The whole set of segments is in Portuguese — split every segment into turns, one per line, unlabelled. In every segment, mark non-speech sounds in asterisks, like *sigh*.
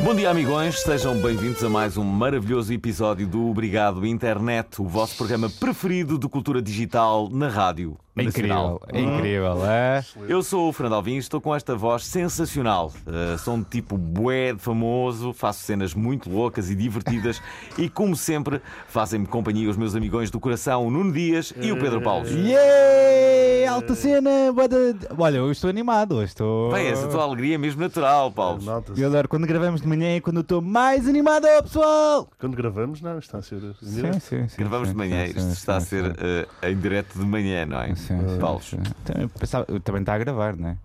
Bom dia, amigões. Sejam bem-vindos a mais um maravilhoso episódio do Obrigado Internet, o vosso programa preferido de cultura digital na rádio.
É incrível,
nacional.
é incrível, é?
Eu sou o Fernando Alvim, estou com esta voz sensacional. Uh, sou um tipo bué de famoso, faço cenas muito loucas e divertidas e, como sempre, fazem-me companhia os meus amigões do coração, o Nuno Dias e o Pedro Paulo.
Yeah! Alta cena! bué de- Olha, eu estou animado, hoje estou.
Bem, essa tua alegria é mesmo natural, Paulo.
Nota-se.
Eu adoro quando gravamos de manhã é quando eu estou mais animado, pessoal!
Quando gravamos, não, isto está a ser.
Sim, sim, sim.
Gravamos
sim,
de manhã,
sim,
isto
sim,
está a
sim,
ser
sim.
uh, em direto de manhã, não é?
Sim, sim,
Paulo.
sim. Então, eu pensava- eu Também está a gravar, não é?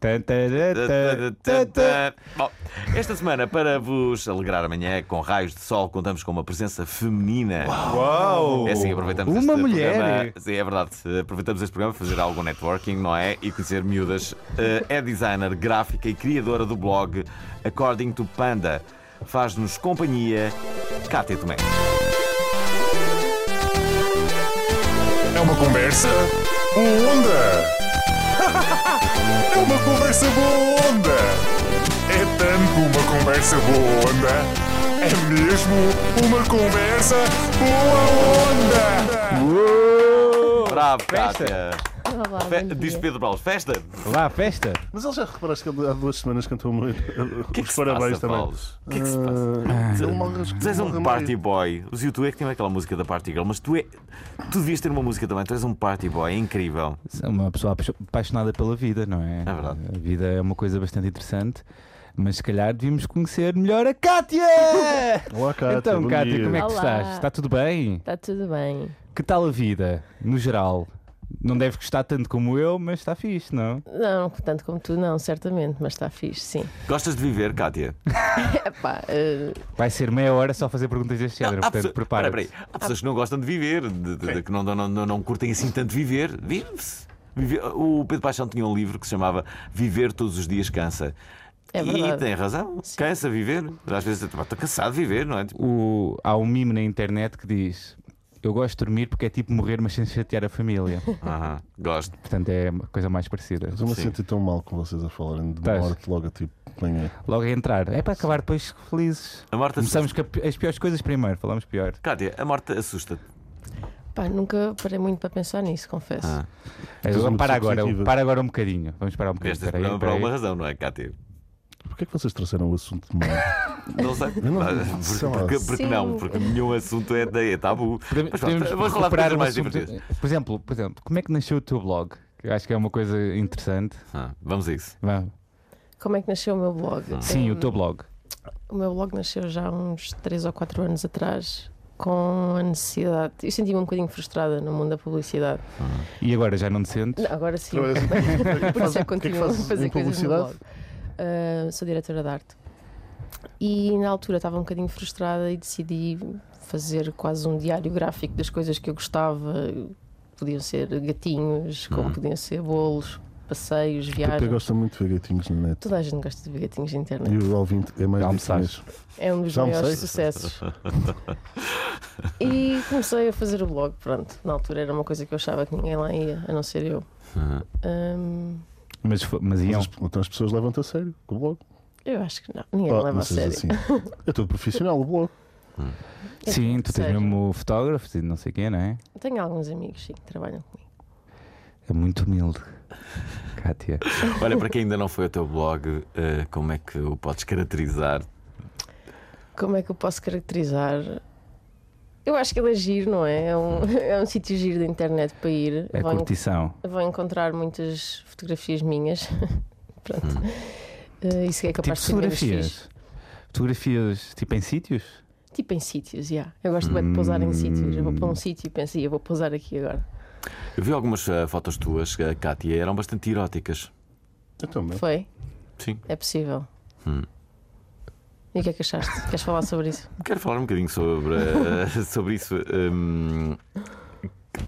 Tan, tará, tá, tá, tá.
Bom, esta semana, para vos alegrar amanhã com raios de sol, contamos com uma presença feminina.
Uau!
É assim, aproveitamos
Uma
este
mulher.
programa. Sim, é verdade. Aproveitamos este programa para fazer algum networking, não é? E conhecer miúdas. Eh, É designer, gráfica e criadora do blog According to Panda. Faz-nos companhia, Cátia Tomé.
É uma conversa boa onda. *laughs* É uma conversa boa onda. É tanto uma conversa boa onda. É mesmo uma conversa boa onda.
Bravo,
Festa.
Cátia.
Olá,
Fe-
bom
Diz
dia.
Pedro Paulo, festa?
Lá, festa!
Mas ele já reparaste que ele há duas semanas cantou *laughs* muito.
que é que
Os
se
parabéns
passa,
também.
Paulo? O que é que se passa?
Ah, ele morre-
Tu és
morre
um
a
party
meio.
boy. Os YouTube é que têm aquela música da Party Girl, mas tu é. Tu devias ter uma música também. Tu és um party boy, é incrível.
É Uma pessoa apa- apaixonada pela vida, não é?
É verdade.
A vida é uma coisa bastante interessante, mas se calhar devíamos conhecer melhor a *laughs* Kátia!
Olá, Cátia.
então,
bom
Kátia,
dia.
como é que
Olá.
estás? Está tudo bem?
Está Tá tudo bem.
Que tal a vida, no geral? Não deve gostar tanto como eu, mas está fixe, não?
Não, tanto como tu, não, certamente, mas está fixe, sim. *laughs*
Gostas de viver, Kátia?
Então,
Epá, eh,
Vai ser meia hora só fazer perguntas deste género,
Há
portanto,
pessoa-
prepara
Espera, espera aí. Há pessoas que não gostam de viver, de- de- de- que não, não, não, não curtem assim tanto viver. Vive-se. Vive- O Pedro Paixão tinha um livro que se chamava Viver Todos os Dias Cansa.
É
e
verdade.
tem razão. Cansa viver. Às vezes "Pá, estou cansado de viver, não é? Tipo,
O... Há um mimo na internet que diz: Eu gosto de dormir porque é tipo morrer, mas sem chatear
*laughs*
a família.
aham, gosto.
portanto, é uma coisa mais parecida.
Eu me
Sim.
senti tão mal com vocês a falarem de
Estás.
morte logo a tipo de manhã.
Logo a entrar. É para acabar depois felizes.
A morte assusta.
Começamos com a pi- as piores coisas primeiro, falamos pior.
Kátia, a morte assusta-te.
pá, nunca parei muito para pensar nisso, confesso.
Ah.
és uma
para
pessoa
agora,
positiva.
para agora um bocadinho. Vamos parar um bocadinho.
Este
Espera aí,
programa por
espera
alguma
aí.
razão, não é, Kátia?
Porquê é que vocês trouxeram o assunto de morte?
Não sei.
Eu não-
Mas-
sei lá.
porque porque
Sim.
não, porque nenhum assunto é, é tabu.
Podemos,
Mas pronto,
podemos
vamos falar de
recuperar
coisas
um
mais
assunto-
divertidas.
Por exemplo, por exemplo, como é que nasceu o teu blog? Que eu acho que é uma coisa interessante.
Ah, vamos a isso.
Vá.
Como é que nasceu o meu blog?
Sim,
Eh,
Hum.
o teu blog.
O meu blog nasceu já há uns 3 ou 4 anos atrás, com a necessidade. Eu senti-me um bocadinho frustrada no mundo da publicidade.
E agora já não te sentes?
Não, agora sim,
Trabalhas-
*laughs* por isso é que
o que é que
continuo a
fazes em
fazer coisas no
publicidade?
blog. Ah, sou diretora de arte. E na altura estava um bocadinho frustrada e decidi fazer quase um diário gráfico das coisas que eu gostava. Podiam ser gatinhos,
Uhum.
como podiam ser bolos, passeios,
O Pepe
viagens.
gosta muito de ver gatinhos na net.
Toda a gente gosta de ver gatinhos na
E
internet.
o Alvin é mais
Já almoçaste?
gatinhas.
É um dos
Já
maiores
almocei? *laughs*
sucessos. e comecei a fazer o blog. Pronto, na altura era uma coisa que eu achava que ninguém lá ia, a não ser eu. Ahm,
Mas, fo- mas
Mas
iam.
as- Então as pessoas levam-te a sério com o blog.
eu acho que não, ninguém
Ah,
leva a
mas és
sério.
assim. Eu estou profissional, o blog.
É,
Sim, tu tens
sério.
mesmo fotógrafos e não sei quem, não é?
Tenho alguns amigos, sim, que trabalham comigo.
É muito humilde. Kátia.
Olha, para quem ainda não foi ao teu blog, eh, como é que o podes caracterizar?
Como é que eu posso caracterizar? Eu acho que ele é giro, não é? É um, *laughs* é um sítio giro da internet para ir.
É
vão,
curtição.
vão encontrar muitas fotografias minhas. *laughs* Pronto. Eh, isso é
Que tipo
capaz
de
de ser menos fixe.
fotografias? Fotografias tipo em sítios?
Tipo em sítios, já. Eu gosto bem de pousar em sítios. Eu vou
Hum.
para um sítio e penso, "Ih, eu vou pousar aqui agora.
Eu vi algumas eh, fotos tuas, eh, Kátia, eram bastante eróticas.
Eu também.
Foi?
Sim.
É possível.
Hum.
E o que é que achaste? Queres falar sobre isso?
Quero falar um bocadinho sobre, *laughs* eh, sobre isso. Hum,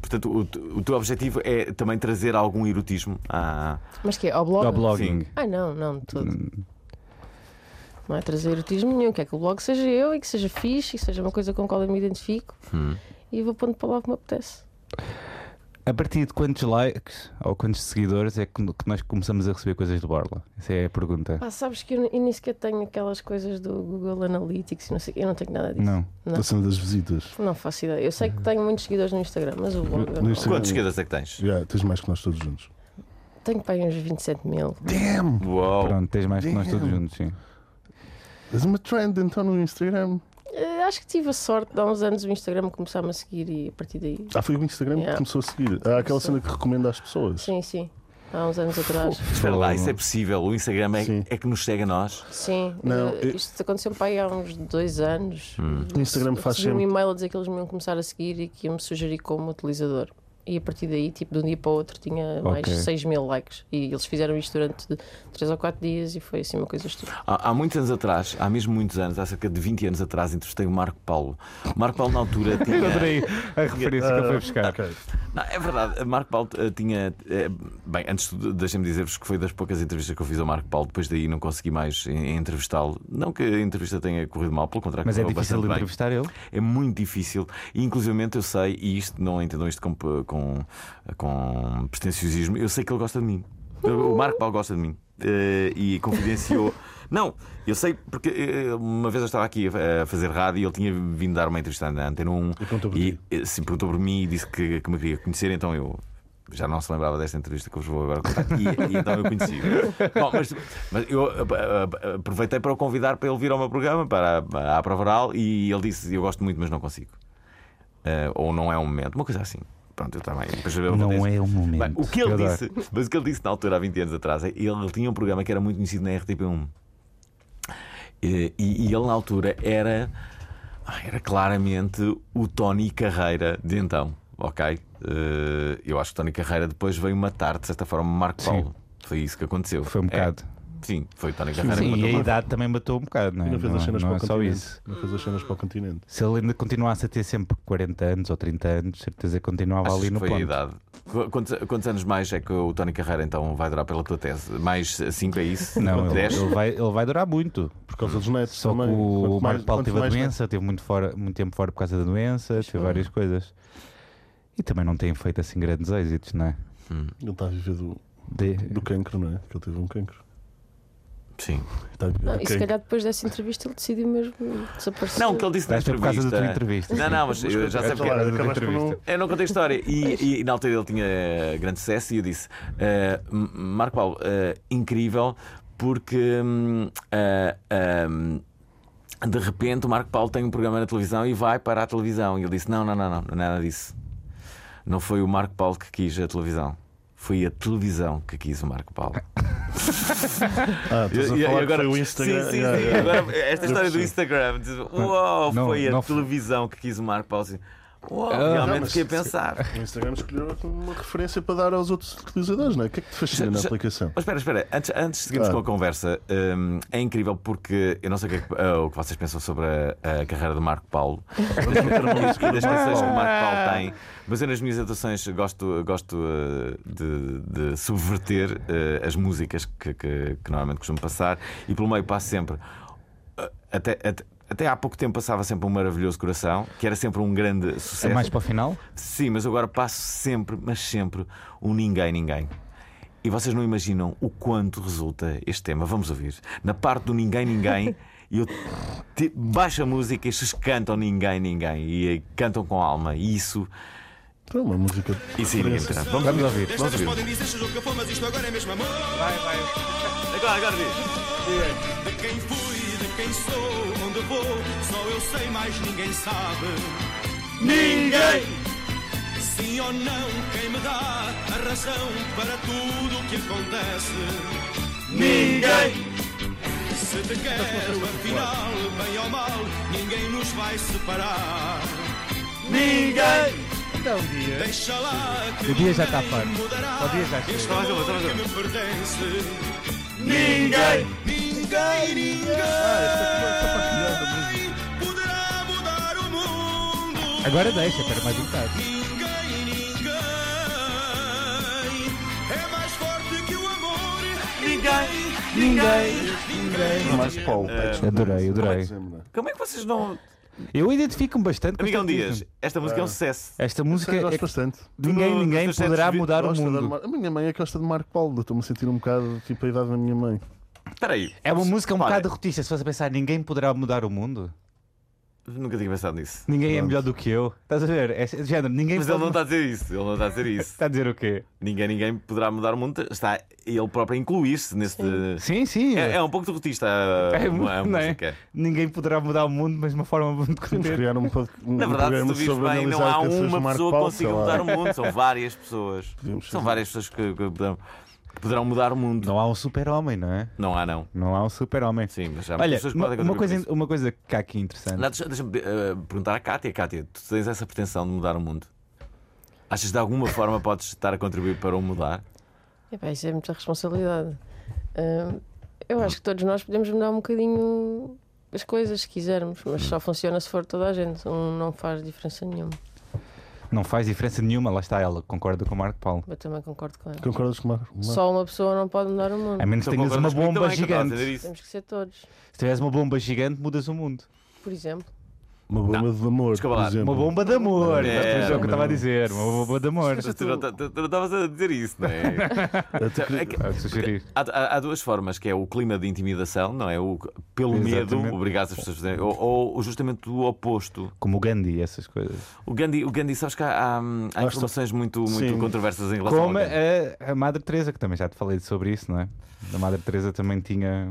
portanto, o, te- o teu objetivo é também trazer algum erotismo à.
Mas que é? Ao blog?
Ao blogging.
Ah, não, não, de tudo. Não é trazer erotismo nenhum. Quer que o blog seja eu e que seja fixe e que seja uma coisa com a qual eu me identifico
Hum.
e vou pondo para lá o que me apetece.
A partir de quantos likes ou quantos seguidores é que que nós começamos a receber coisas do Borla? Essa é a pergunta.
Pá, sabes que eu, nem- eu nem sequer tenho aquelas coisas do Google Analytics e não sei. Eu não tenho nada disso.
Não.
Não.
A cena das visitas.
Não faço ideia. Eu sei que tenho muitos seguidores no Instagram, mas o blog.
No Instagram.
Quantos esquerdas é que tens?
Yeah, tens mais que nós todos juntos.
Tenho para aí uns 27 mil.
Damn!
Uau!
Pronto, tens mais que nós todos
Damn.
juntos, sim.
És uma trend então no Instagram.
Eh, Acho que tive a sorte de há uns anos o Instagram começar-me a seguir e a partir daí.
Ah, foi o Instagram
Yeah.
que começou a seguir. Ah, aquela cena que recomenda às pessoas.
Sim, sim. Há uns anos atrás.
Espera lá, isso é possível. O Instagram
Sim.
é, é que nos segue a nós.
Sim.
Não,
Eh,
eu-
Isto aconteceu para aí há uns dois anos.
Hum.
O Instagram faz
Recebi um
sempre.
e-mail a dizer que eles me iam começar a seguir e que iam me sugerir como utilizador. E a partir daí, tipo, de um dia para o outro, tinha mais
Ok.
6 mil likes. E eles fizeram isto durante 3 ou 4 dias e foi assim uma coisa estúpida.
Há, há muitos anos atrás, há mesmo muitos anos, há cerca de 20 anos atrás, entrevistei o Marco Paulo. O Marco Paulo, na altura,
*laughs* Eu
É.
tinha.
adorei a referência que eu fui buscar.
Não, é verdade, Marco Paulo eh, tinha. eh, Bem, antes de tudo, deixem-me dizer-vos que foi das poucas entrevistas que eu fiz ao Marco Paulo, depois daí não consegui mais eh, entrevistá-lo. Não que a entrevista tenha corrido mal, pelo contrário,
Mas é
correu
difícil
bastante bem.
entrevistar ele.
É muito difícil. E, inclusive, eu sei, e isto não entendam isto com, com, com pretenciosismo, eu sei que ele gosta de mim. O Marco Paulo gosta de mim. Eh, e confidenciou. não, eu sei porque eh, uma vez eu estava aqui a a fazer rádio e ele tinha vindo dar uma entrevista na Antena 1
perguntou por
e
ti.
eh, sim, perguntou por mim e disse que, que me queria conhecer, então eu. Já não se lembrava desta entrevista que eu vos vou agora contar. E, e então eu
*laughs*
conheci. Bom, mas, mas eu ah, ah, ah, aproveitei para o convidar para ele vir ao meu programa, para a- à prova oral, e ele disse: Eu gosto muito, mas não consigo. Ah, ou não é um momento, uma coisa assim. Pronto, eu também. Depois eu
Não
disse-
é o momento.
Bem, o que ele
Eu adoro.
disse, mas o que ele disse na altura, há 20 anos atrás, é- ele, ele tinha um programa que era muito conhecido na RTP1. E, e- e ele, na altura, era, ah, era claramente o Tony Carreira de então, ok? Eh, eu acho que o Tony Carreira depois veio matar, de certa forma, o Marco
Sim.
Paulo. Foi isso que aconteceu.
Foi um
É,
bocado.
sim, foi o Tony Carreira
Sim,
que
e a
matou o Marco.
idade também matou um bocado, não é?
E não fez as
Não-
cenas
não
para
é
o
só
continente.
isso.
Não fez as cenas para o continente.
Se ele ainda continuasse a ter sempre 40 anos ou 30 anos, certeza que continuava
Achas
ali
que
no
foi a
ponto.
idade. Qu- Quantos, quantos anos mais é que o Tony Carreira então vai durar pela tua tese? Mais 5 é isso?
Não, ele,
10?
ele vai, ele vai durar muito.
Por causa dos netos
Só que
também.
o
Quanto mais-
Marco Paulo
quanto
teve a
mais-
doença, teve muito, fora, muito tempo fora por causa da doença, teve
foi.
várias coisas. E também não tem feito assim grandes êxitos, não é?
Ele está a viver do,
De-
do cancro, não é? Que ele teve um cancro.
Sim.
Está a viver
Não,
do
E se
cancro.
calhar depois dessa entrevista ele decidiu mesmo desaparecer.
Não, o que ele disse na
Deve ser é por causa da
entrevista.
tua entrevista.
Não, não, mas eu já sei
é
porque. é
Claro, acabaste por não-
Eu não contei a história.
*laughs*
E, e na altura ele tinha grande sucesso e eu disse: "Eh, M- Marco Paulo, eh, incrível, porque hum, ah, ahm, de repente o Marco Paulo tem um programa na televisão e vai para a televisão. E ele disse: Não, não, não, não, nada disso. Não foi o Marco Paulo que quis a televisão. Foi a televisão que quis o Marco Paulo.
Ah, estás a
E- e- e
falar que
agora-
foi o Instagram.
Sim, sim,
Yeah,
sim.
yeah.
Agora, *laughs* esta história do Instagram. diz, Uau,
não,
foi a
não foi.
televisão que quis o Marco Paulo. Assim, Uau,
Ah, Não,
realmente
mas
fiquei a
se-
pensar.
O Instagram escolheu uma referência para dar aos outros utilizadores, não é? O que é que te fascina na
Já-
aplicação?
Mas espera, espera, antes, antes de seguirmos
Ah.
com a conversa, hum, é incrível porque eu não sei o que, é que, ah, o que vocês pensam sobre a, a carreira do Marco Paulo
*laughs*
e das canções que o Marco Paulo tem, mas eu nas minhas atuações gosto, gosto ah, de, de subverter ah, as músicas que, que- que normalmente costumo passar e pelo meio passo sempre. ah, até, até, até há pouco tempo passava sempre um maravilhoso coração, que era sempre um grande
É
sucesso.
mais para o final?
Sim, mas agora passo sempre, mas sempre, um ninguém, ninguém. E vocês não imaginam o quanto resulta este tema. Vamos ouvir. Na parte do ninguém, ninguém, eu te- baixo a música e vocês cantam ninguém, ninguém. E eh, cantam com alma. E isso.
É uma música.
Isso aí ninguém terá. Vamos, vamos ouvir. Vamos
Estas
ouvir.
podem dizer seja o que for, mas isto agora é mesmo amor.
Agora, agora diz.
De quem fui, de quem sou, onde vou, só eu sei, mais ninguém sabe. Ninguém! Sim ou não, quem me dá a razão para tudo o que acontece? Ninguém! Se te quero, afinal, bem ou mal, ninguém nos vai separar. Ninguém!
Ainda há um dia.
Deixa lá que
Então, O dia já está
ninguém
farto.
mudará
O dia já chega.
este
Vai, vai, vai,
amor
vai.
que me pertence. Ninguém, ninguém, ninguém poderá mudar o mundo.
Agora deixa, espera mais um bocado.
Ninguém, ninguém é mais forte que o amor. Ninguém, ninguém, ninguém.
Mais Paulo. é,
Adorei, adorei.
Como é que vocês não.
Eu identifico-me bastante com
Miguel
este
Dias,
ritmo.
esta música é um sucesso.
Esta música
Eu
é
gosto
que
bastante.
ninguém,
No-
ninguém
nos teus
poderá
sete
mudar o
Gosto de
mundo.
Mar- A minha mãe é que gosta de Marco Paulo. Estou-me a sentir um bocado tipo a idade da minha mãe.
Espera aí.
É uma música um
Repara,
bocado derrotista. Se fosse a pensar, ninguém poderá mudar o mundo.
Nunca tinha pensado nisso.
Ninguém é melhor do que eu. Estás a ver? É, é, género, ninguém
Mas ele
pode-
não está a dizer isso. Ele não está a dizer isso.
Está a dizer o quê?
Ninguém, ninguém poderá mudar o mundo. Está ele próprio a incluir-se neste.
Sim, sim.
É, é um pouco derrotista a,
É,
a
não é?
música.
Ninguém poderá mudar o mundo, mas de uma forma muito
Podemos
contente.
criar um, pod... um
Na verdade, se
programa
tu vires
sobre
bem, não
analisar
há
canções de
uma
Marco
pessoa que
Paulo,
consiga um-
sei lá.
mudar o mundo. São várias pessoas.
Podemos
São
fazer.
várias pessoas que, que poderão- que poderão mudar o mundo.
*laughs* Não há um super-homem, não é?
Não há, não.
Não há um super-homem.
Sim, mas há muitas
Olha,
pessoas que
uma,
podem
uma
contribuir
coisa, uma coisa que há aqui interessante.
Não, deixa- Deixa-me eh, perguntar à Cátia. Cátia, tu tens essa pretensão de mudar o mundo? Achas que de alguma forma podes estar a contribuir para o mudar?
Epá, isso é muita responsabilidade. Hum, eu acho que todos nós podemos mudar um bocadinho as coisas se quisermos, mas
Hum.
só funciona se for toda a gente. Um não faz diferença nenhuma.
Não faz diferença nenhuma, lá está ela, concorda com o Marco Paulo.
Eu também concordo com ela.
Concordas com o Marco? Marco?
Só uma pessoa não pode mudar o mundo.
A menos que
Então
tenhas uma
concordas comigo
bomba
também, que eu estava a
gigante.
dizer isso.
Temos que ser todos,
Se tiveres uma bomba gigante, mudas o mundo.
por exemplo. *laughs*
Uma bomba de amor,
Desculpa
por
lá.
exemplo.
Uma bomba de amor,
É,
é, o que eu estava
uma
a
bomba.
dizer, uma bomba de amor.
Mas tu não tá- tu- tu não estavas a dizer isso, não é?
Eu te-
É que-
A sugerir.
há, há- há duas formas, que é o clima de intimidação, não é? O, pelo
Exatamente.
medo, obrigar as pessoas a fazerem, ou, ou justamente o oposto.
Como o Gandhi, essas coisas.
O Gandhi, o Gandhi sabes que há, há, há
Acho-
informações muito, muito
Sim.
controversas em relação
Como é-
ao Gandhi.
a, a Madre Teresa, que também já te falei sobre isso, não é? A Madre Teresa também tinha.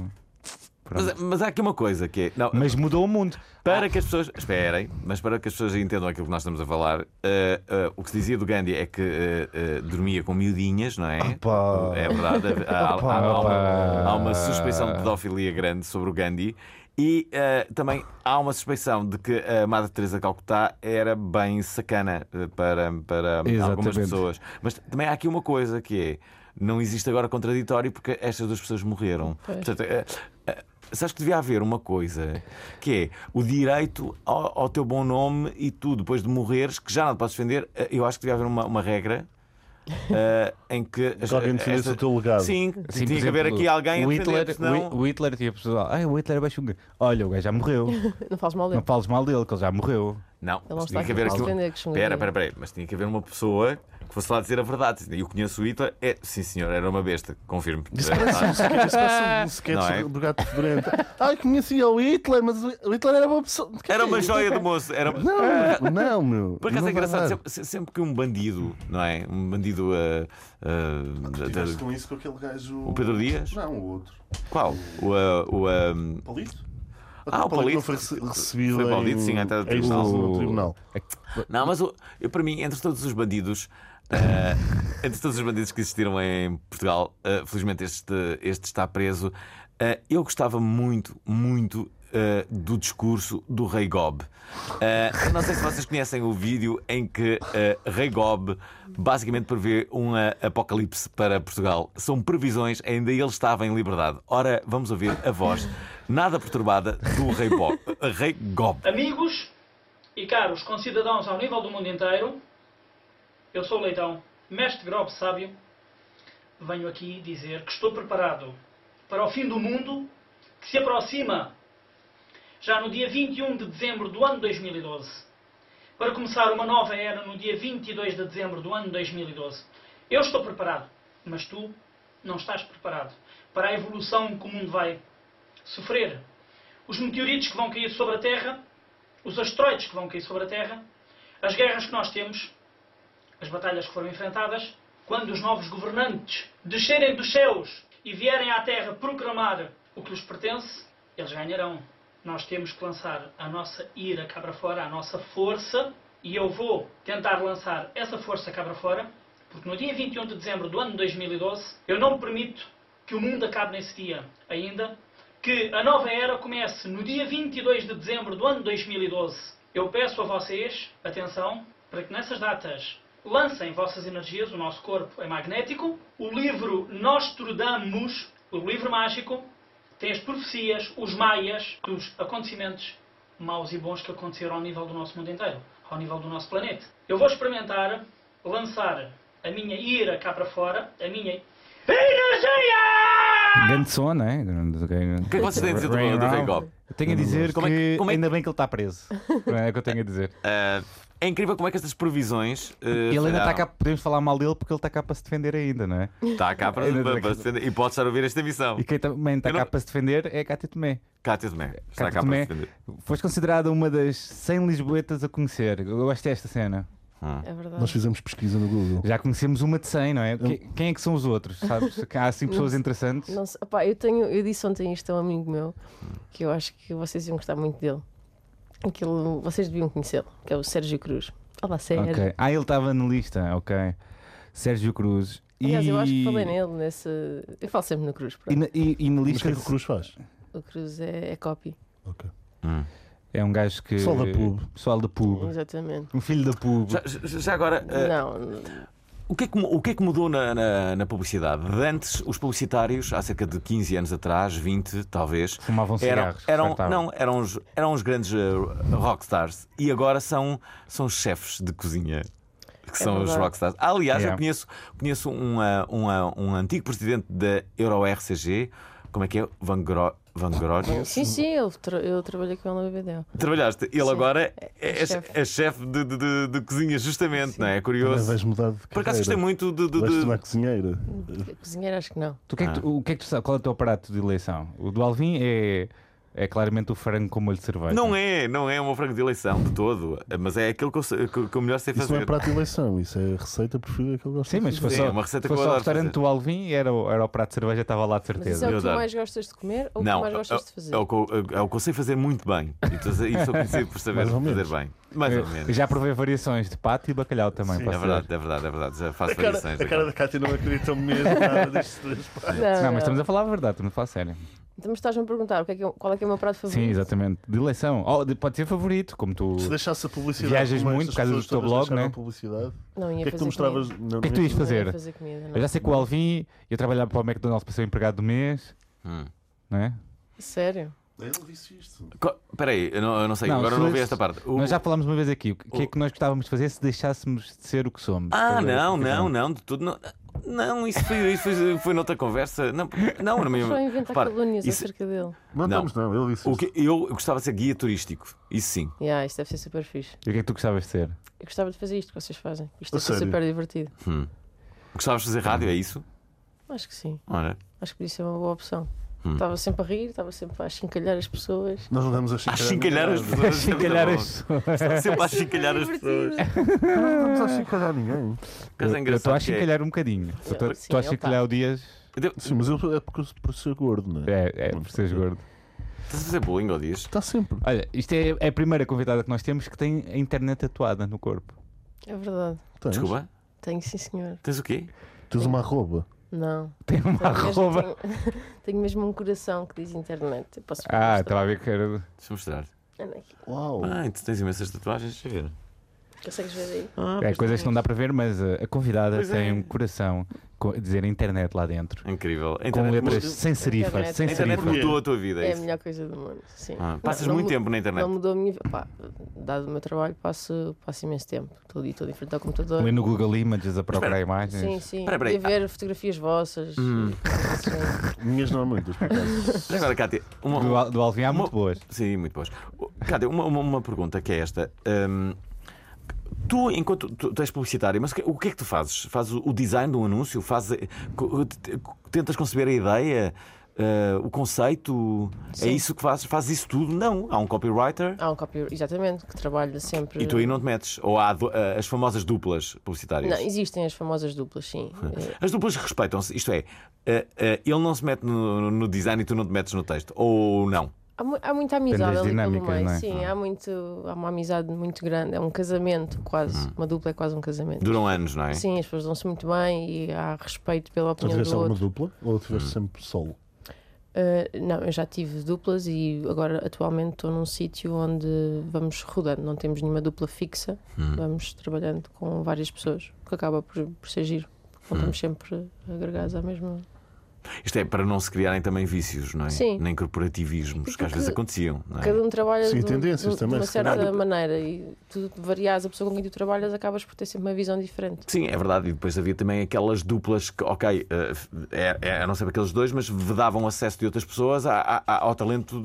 Pronto.
Mas,
Mas,
mas há aqui uma coisa que é. não,
mudou o mundo.
Para que as pessoas. Esperem, mas para que as pessoas entendam aquilo que nós estamos a falar, eh, eh, o que se dizia do Gandhi é que eh, eh, dormia com miudinhas, não é?
Opa.
É verdade. Há, há- há- há uma, há uma suspeição
Ah.
de pedofilia grande sobre o Gandhi. E eh, também há uma suspeição de que a Madre Teresa de Calcutá era bem sacana eh, para, para algumas
Exatamente.
pessoas. Mas também há aqui uma coisa que é. Não existe agora contraditório porque estas duas pessoas morreram. Portanto, eh, eh, sabes que devia haver uma coisa que é o direito ao, ao teu bom nome e tu, depois de morreres, que já não te podes defender. eh, Eu acho que devia haver uma, uma regra eh, em que. as-
alguém defendesse
esta-
o teu legado.
Sim,
Sim,
tinha
por
que haver
exemplo,
aqui alguém a
o
defender,
Hitler,
senão-
o, o Hitler tinha pessoal. Ah, o Hitler é baixo. Olha, o gajo
*laughs*
já morreu.
Não fales mal dele.
Não fales mal dele, que ele já morreu.
Não,
não
mas
está
tinha que
aqui
haver
para
aqui. um uma-
defender, que chunga
Pera,
dele.
pera, pera, mas tinha que haver uma pessoa que fosse lá dizer a verdade. Eu conheço o Hitler, é, sim senhor, era uma besta, confirmo.
Isso parece um sketch, isso parece um sketch
Não é?
do gato fedorento. Ai, conhecia o Hitler, mas o é Hitler era uma pessoa.
Era uma joia do moço, era.
Não, não, meu.
Por acaso
Não
é engraçado,
vai
sempre, se- sempre que um bandido, não é? Um bandido. ah, ah,
dar.
da- da-
Tiveste com isso com aquele gajo.
o Pedro Dias?
Não, o outro.
Qual? O. ah, o ah,
Palito?
Ah, o Palito.
não Foi rece- recebido.
Foi Palito,
em-
sim, até
em
o tribunal.
instância no tribunal.
não, mas o- eu, para mim, entre todos os bandidos. ah, entre todos os bandidos que existiram em Portugal, ah, felizmente este, este está preso. ah, eu gostava muito, muito ah, do discurso do Rei Gob. Ah, eu não sei se vocês conhecem o vídeo em que ah, Rei Gob basicamente prevê um ah, apocalipse para Portugal. São previsões, ainda ele estava em liberdade. Ora, vamos ouvir a voz nada perturbada do Rei, Bo- Rei Gob.
Amigos e caros concidadãos ao nível do mundo inteiro, eu sou o Leitão, mestre Grob Sábio. Venho aqui dizer que estou preparado para o fim do mundo que se aproxima já no dia 21 de dezembro do ano 2012, para começar uma nova era no dia 22 de dezembro do ano 2012. Eu estou preparado, mas tu não estás preparado para a evolução que o mundo vai sofrer. Os meteoritos que vão cair sobre a Terra os asteroides que vão cair sobre a Terra, as guerras que nós temos, as batalhas que foram enfrentadas, quando os novos governantes descerem dos céus e vierem à Terra proclamar o que lhes pertence, eles ganharão. Nós temos que lançar a nossa ira cá para fora, a nossa força, e eu vou tentar lançar essa força cá para fora, porque no dia 21 de dezembro do ano 2012, eu não permito que o mundo acabe nesse dia ainda, que a nova era comece no dia 22 de dezembro do ano 2012. Eu peço a vocês, atenção, para que nessas datas lancem vossas energias, o nosso corpo é magnético. O livro Nostradamus, o livro mágico, tem as profecias, os maias, os acontecimentos maus e bons que aconteceram ao nível do nosso mundo inteiro, ao nível do nosso planeta. Eu vou experimentar lançar a minha ira cá para fora, a minha energia!
Grande som, não é? Grande-
O que é que vocês têm a dizer do,
Ray
do
Brown.
Van Gogh?
Eu Tenho a dizer
Como é
que,
que- como é que-
ainda bem que ele está preso. Não é o que eu tenho a dizer.
Ah, é incrível como é que estas previsões. eh,
ele ainda tá
falharam.
está cá, podemos falar mal dele porque ele está cá para se defender ainda, não é?
Está Tá cá para,
Ainda
para,
está
para se defender. E pode estar a ouvir esta emissão.
E quem também está
Eu não-
cá para se defender é a Cátia Tomé.
Cátia Tomé. Está cá
Cátia
para
Tomé,
se defender.
foste considerada uma das 100 Lisboetas a conhecer. Eu gosto desta cena.
É verdade.
Nós fizemos pesquisa no Google.
Já conhecemos uma de 100, não é? Que- Quem é que são os outros? Sabes? Que Há assim pessoas interessantes.
Não sei- opá, eu, tenho, eu disse ontem isto a um amigo meu que eu acho que vocês iam gostar muito dele. Aquilo, vocês deviam conhecê-lo, que é o Sérgio Cruz. Olá, Sérgio.
Ok. Ah, ele estava na lista, ok. Sérgio Cruz.
Aliás, eu acho que
E-
falei nele nesse. Eu falo sempre no Cruz.
E
Pronto.
na, e- e na
Mas o que
lista
é que o Cruz faz?
O Cruz é, é copy.
Ok.
é um gajo que.
Pessoal da pub.
Pessoal da pub.
Exatamente.
Um filho da pub.
Já, já- já agora, eh,
Não,
o, que é que, mu- o que é que mudou na, na- na publicidade? De antes, os publicitários, há cerca de 15 anos atrás, 20 talvez,
Fumavam
eram,
cigarros.
eram,
fartavam.
um- não, eram, os, eram os grandes eh, rockstars e agora são, são chefes de cozinha. Que
É
são os
verdade.
rockstars. Aliás, eu
Yeah.
conheço, conheço um, ah, um, ah, um antigo presidente da EuroRCG, como é que é? Van, Gro Van Grodio?
Sim, sim, eu, tra- eu trabalhei com ele na BBDO.
Trabalhaste. Ele
Sim.
agora é,
É chefe.
é chefe de, de- de- de cozinha, justamente, não é? É
Também
curioso.
vais mudar de carreira.
Por acaso gostei muito de. de-
Vais
de-
tornar cozinheira.
*laughs*
Cozinheiro, acho que não.
Tu, o, que é que
Ah.
tu, o que é que tu sabes? Qual é o teu aparato de eleição? O do Alvin é, é claramente o frango com molho de cerveja.
Não é, não é um frango de eleição de todo, mas é aquilo que eu, sei- que, que eu melhor sei
Isso
fazer.
não é prato de eleição, isso é a receita preferida que ele gosta
Sim,
de
mas se fosse
fazer.
Sim,
só,
é uma receita
se
que eu
fosse ao
adoro
restaurante
fazer.
do Alvin, era, o- era o prato de cerveja, estava lá de
Mas isso é
certeza.
o que tu
adoro.
mais gostas de comer ou o que tu
Não,
mais
é,
gostas de fazer?
é o que eu, é o que eu sei fazer muito bem. E tu- e sou conhecido por saber
Mais ou
fazer
menos.
bem. Mais ou
Eu
menos.
Já provei variações de pato e bacalhau também. posso
É
dizer.
verdade, é verdade, é verdade. Já faço
A cara,
variações.
a cara da Cátia não acredita mesmo nada *laughs* destes três pais.
Não,
Não, mas
não.
estamos a falar a verdade, estamos a falar a sério.
Então, mas estás-me a perguntar o que é que é- qual é que é o meu prato favorito?
Sim, exatamente. De eleição. Oh, de- pode ser favorito, como tu.
Se deixasse a publicidade.
Viajas
como
muito
estas
por causa do
pessoas
teu
todas
blog,
deixaram
né?
a publicidade.
Não
O que
ia
é que tu
fazer
mostravas?
comida.
na-
O que é que tu ias
Não ia
fazer?
fazer comida, não.
Eu já sei que o Alvin, eu trabalhava para o McDonald's para ser o empregado do mês,
Hum.
não é?
Sério?
Eu não disse isto.
Co- Espera aí, eu não, eu não sei,
Não,
agora
se-
não ouvi esta parte. O- Ah,
Nós já falámos uma vez aqui o que é que nós gostávamos de fazer se deixássemos de ser o que somos.
Ah,
Estás a ver?
não, não, não, de tudo não. Não, isso foi, isso foi, foi noutra conversa. Não, não, não
*laughs* Só inventar
Repara,
calúnias
isso-
acerca dele.
Não
Não.
estamos, não, ele disse
O
isto.
que eu gostava de ser guia turístico, isso sim.
Yeah, isto deve ser super fixe.
E o que é que tu gostavas de ser?
Eu gostava de fazer isto que vocês fazem. Isto
A
deve ser
sério?
super divertido.
Gostavas de fazer rádio, é isso?
Acho que sim.
Ora.
Acho que podia ser uma boa opção.
Hum.
Estava sempre a rir, estava sempre a chincalhar as pessoas.
Nós não damos a
A
chincalhar.
chincalhar as
é,
ninguém.
pessoas.
*laughs* Chincalhar as
*laughs*
pessoas.
Sempre
é
a chincalhar as pessoas.
Não
Ah.
damos a chincalhar ninguém.
Mas é
Eu estou
engraçado
a
que é. Então,
chincalhar um bocadinho. Eu Estou
Sim,
estou a
ele tá.
chincalhar o Dias.
Sim, mas eu é por, por ser gordo, não é?
É, é, por seres gordo.
Estás a fazer bullying ao dias?
Está sempre.
Olha, isto é é a primeira convidada que nós temos que tem a internet tatuada no corpo. *laughs*
É verdade.
Tens.
Desculpa,
Tenho sim, senhor.
tens o quê?
Tens uma arroba.
Não.
Tem uma
Tenho mesmo, assim.
arroba.
tenho, tenho mesmo um *laughs* coração que diz internet. Eu posso
Ah,
mostrar.
estava a ver que era.
Deixa eu mostrar.
Olha aqui.
Uau.
Ah, e tu tens imensas tatuagens, deixa eu ver.
Consegues ver aí?
É coisas que não dá para ver, mas uh, a convidada
Ah, Pois
tem
é.
um coração com, a dizer internet lá dentro.
Incrível. Então, A
Com
internet,
letras
mudou-
sem serifa,
Internet.
sem
a internet
serifa.
então mudou a tua vida, é
É a
isso?
melhor coisa do mundo. Sim.
Ah, passas
Não- não
muito
mu-
tempo na internet.
Não mudou a minha vida. Pá, Dado o meu trabalho, passo, passo imenso tempo. Todo dia, todo em frente ao computador.
Ali no Google Images a procurar
Sim,
imagens.
sim.
Espera, espera aí. ah, hum.
E ver fotografias vossas. assim. Sim.
Minhas não há muitas, por acaso.
Já Agora, Cátia, uma,
Do, Al- do Alvin há muito
Mo-
boas.
Sim, muito boas. O- Cátia, uma, uma, uma pergunta que é esta. Hum, tu, enquanto tu, tu és publicitária, mas o que- o que é que tu fazes? Fazes o- o design de um anúncio? Fazes, co- te- tentas conceber a ideia? eh, o conceito? É
Sim.
isso que fazes? Fazes isso tudo? Não. Há um copywriter
Há um copy, exatamente, que trabalha sempre.
e tu aí não te metes. Ou há du- eh, as famosas duplas publicitárias?
Não, existem as famosas
*laughs*
duplas, sim. Eh,
As duplas respeitam-se, isto é, eh, eh, ele não se mete no, no design e tu não te metes no texto, ou não?
Há, mu- há muita
das
amizade ali pelo
dinâmicas,
meio,
não é?
sim,
Ah.
há, muito, há uma amizade muito grande, é um casamento
Hum.
quase, uma dupla é quase um casamento.
Duram anos, não é?
Sim, as pessoas dão-se muito bem e há respeito pela
Já
opinião
tiveste
do
alguma
outro.
Hum.
dupla ou tiveste sempre é solo?
Uh, não, eu já tive duplas e agora atualmente estou num sítio onde vamos rodando, não temos nenhuma dupla fixa, vamos trabalhando com várias pessoas, o que acaba por, por ser giro, porque não estamos sempre agregados à mesma.
Isto é para não se criarem também vícios, não é?
Sim.
Nem corporativismos, que às
Porque
vezes aconteciam. Não é?
Cada um trabalha
Sim,
de, um-
tendências
de um- de
também,
uma
se
certa
calhar.
maneira e tu varias a pessoa com quem tu trabalhas, acabas por ter sempre uma visão diferente.
Sim, é verdade. E depois havia também aquelas duplas que, ok, eh, é, é, eu não sei para aqueles dois, mas vedavam acesso de outras pessoas a- a- a- ao talento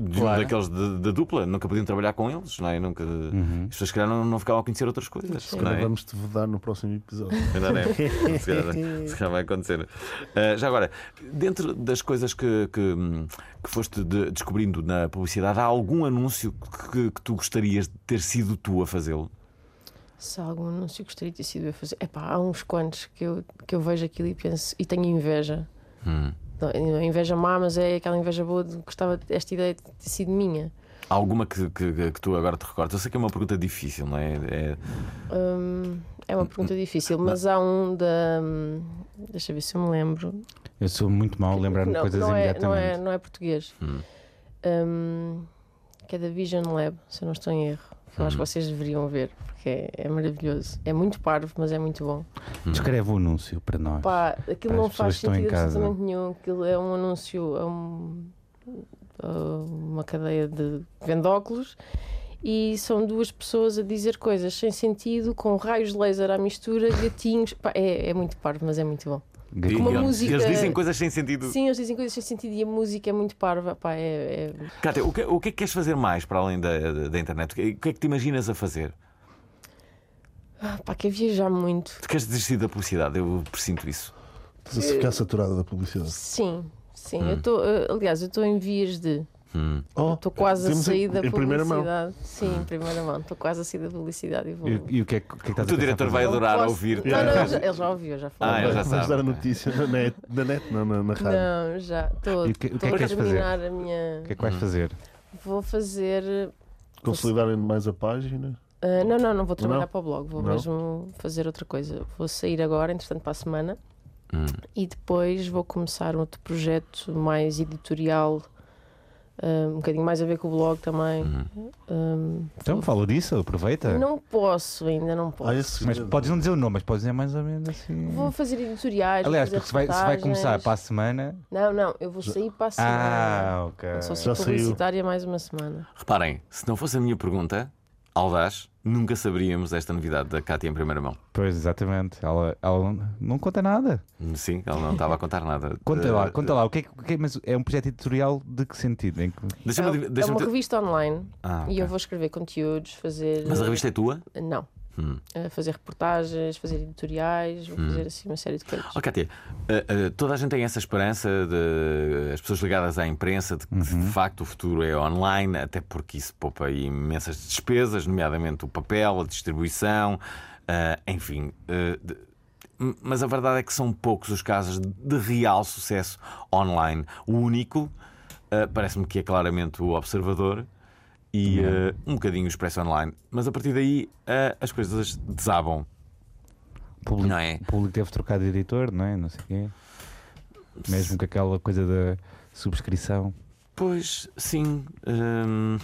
de, um
Claro.
daqueles de- da dupla. Nunca podiam trabalhar com eles, não é? Nunca... As pessoas, se calhar, não, não ficavam a conhecer outras coisas.
Se
não
calhar
é?
vamos-te vedar no próximo
*laughs*
episódio.
Ainda não é. Se calhar- se calhar vai acontecer. Ah, já agora, dentro das coisas que, que, hum, que foste de- descobrindo na publicidade, há algum anúncio que, que tu gostarias de ter sido tu a fazê-lo?
Se há algum anúncio que gostaria de ter sido eu fazer. Epá, há uns quantos que eu, que eu vejo aquilo e penso e tenho inveja. Não, não é inveja má, mas é aquela inveja boa de gostava de- esta ideia de ter sido minha.
Há alguma que, que- que tu agora te recordas? Eu sei que é uma pergunta difícil, não é? É-
Hum, é uma pergunta difícil, mas há um da. hum, Deixa eu ver se eu me lembro.
Eu sou muito mal a lembrar-me coisas
é, não, é,
imediatamente.
não é português. Hum, que é da Vision Lab, se eu não estou em erro. Que eu acho
Hum.
que vocês deveriam ver, porque é, é maravilhoso. É muito parvo, mas é muito bom.
Hum.
Descreve o anúncio para nós.
Pá, aquilo
Para
não
as pessoas
faz
que estão em
sentido
casa.
absolutamente nenhum. Aquilo é um anúncio a um- a uma cadeia de vendóculos e são duas pessoas a dizer coisas sem sentido, com raios de laser à mistura, gatinhos. Pá, é, é muito parvo, mas é muito bom.
e-
Uma
e-
música-
Eles dizem coisas sem sentido.
Sim, eles dizem coisas sem sentido e a música é muito parva. Pá, é- é
Cátia, o que, o que é que queres fazer mais para além da, da- da internet? O que, o que é que te imaginas a fazer?
ah, Pá, quer viajar muito.
Tu queres desistir da publicidade? Eu presinto isso.
Estás a ficar saturado da publicidade.
Sim, sim. Eu tô, eh, aliás, eu estou em vias de.
Oh,
Estou quase a
temos em-
sair da
em primeira mão.
publicidade. Sim, em primeira mão. Estou quase a sair da publicidade e vou.
E, e o que é que, o que é que
O
estás a
teu
pensar
diretor
fazer?
vai adorar
Posso-
ouvir.
Não, não, já- ele já ouviu, já falou.
Ah, ele já
Vamos
sabe.
dar a notícia na net, na, net, não, na, na rádio.
Não, já. Estou
E o que- o que é que
a
queres fazer?
terminar a
O
minha.
que é que vais fazer?
Vou fazer.
Consolidarem mais a página.
ah, não, não, não vou trabalhar
Não?
para o blog, vou
Não?
mesmo fazer outra coisa. Vou sair agora, entretanto, para a semana
Hum.
e depois vou começar um outro projeto mais editorial, ah, um bocadinho mais a ver com o blog também.
Uhum.
Ah,
Então fala disso, aproveita.
Não posso, ainda não posso.
Ah, esse
Mas
segredo.
podes não dizer o nome, mas podes dizer mais ou menos assim.
Vou fazer editoriais. vou
Aliás,
fazer
porque se vai, se vai começar
reportagens.
para a semana.
Não, não, eu vou sair para a semana.
Ah, ok.
Só
Já
sou
saiu.
publicitária mais uma semana.
Reparem, se não fosse a minha pergunta, audaz, nunca saberíamos esta novidade da Cátia em primeira mão.
Pois, exatamente. Ela, ela não conta nada.
Sim, ela não estava a contar nada.
Conta
Eh,
lá, conta lá. O que é, que- o que é- mas é um projeto editorial de que sentido? Em que-
É,
Deixa-me.
é
Deixa
uma revista online
ah,
e eu
ok.
vou escrever conteúdos, fazer.
Mas a revista Hum. é tua?
Não. Eh, Fazer reportagens, fazer editoriais,
Hum.
vou fazer assim uma série de coisas.
Ó, Cátia, eh, eh, toda a gente tem essa esperança de as pessoas ligadas à imprensa de que de facto o futuro é online, até porque isso poupa aí imensas despesas, nomeadamente o papel, a distribuição, ah, enfim. eh, de- m- mas a verdade é que são poucos os casos de real sucesso online. O único ah, parece-me que é claramente o observador. E eh, um bocadinho o Expresso Online, mas a partir daí ah, as coisas desabam.
O público,
Não é?
o público deve trocar de editor, não é? Não sei o quê. Mesmo com aquela coisa da subscrição.
Pois, sim. hum,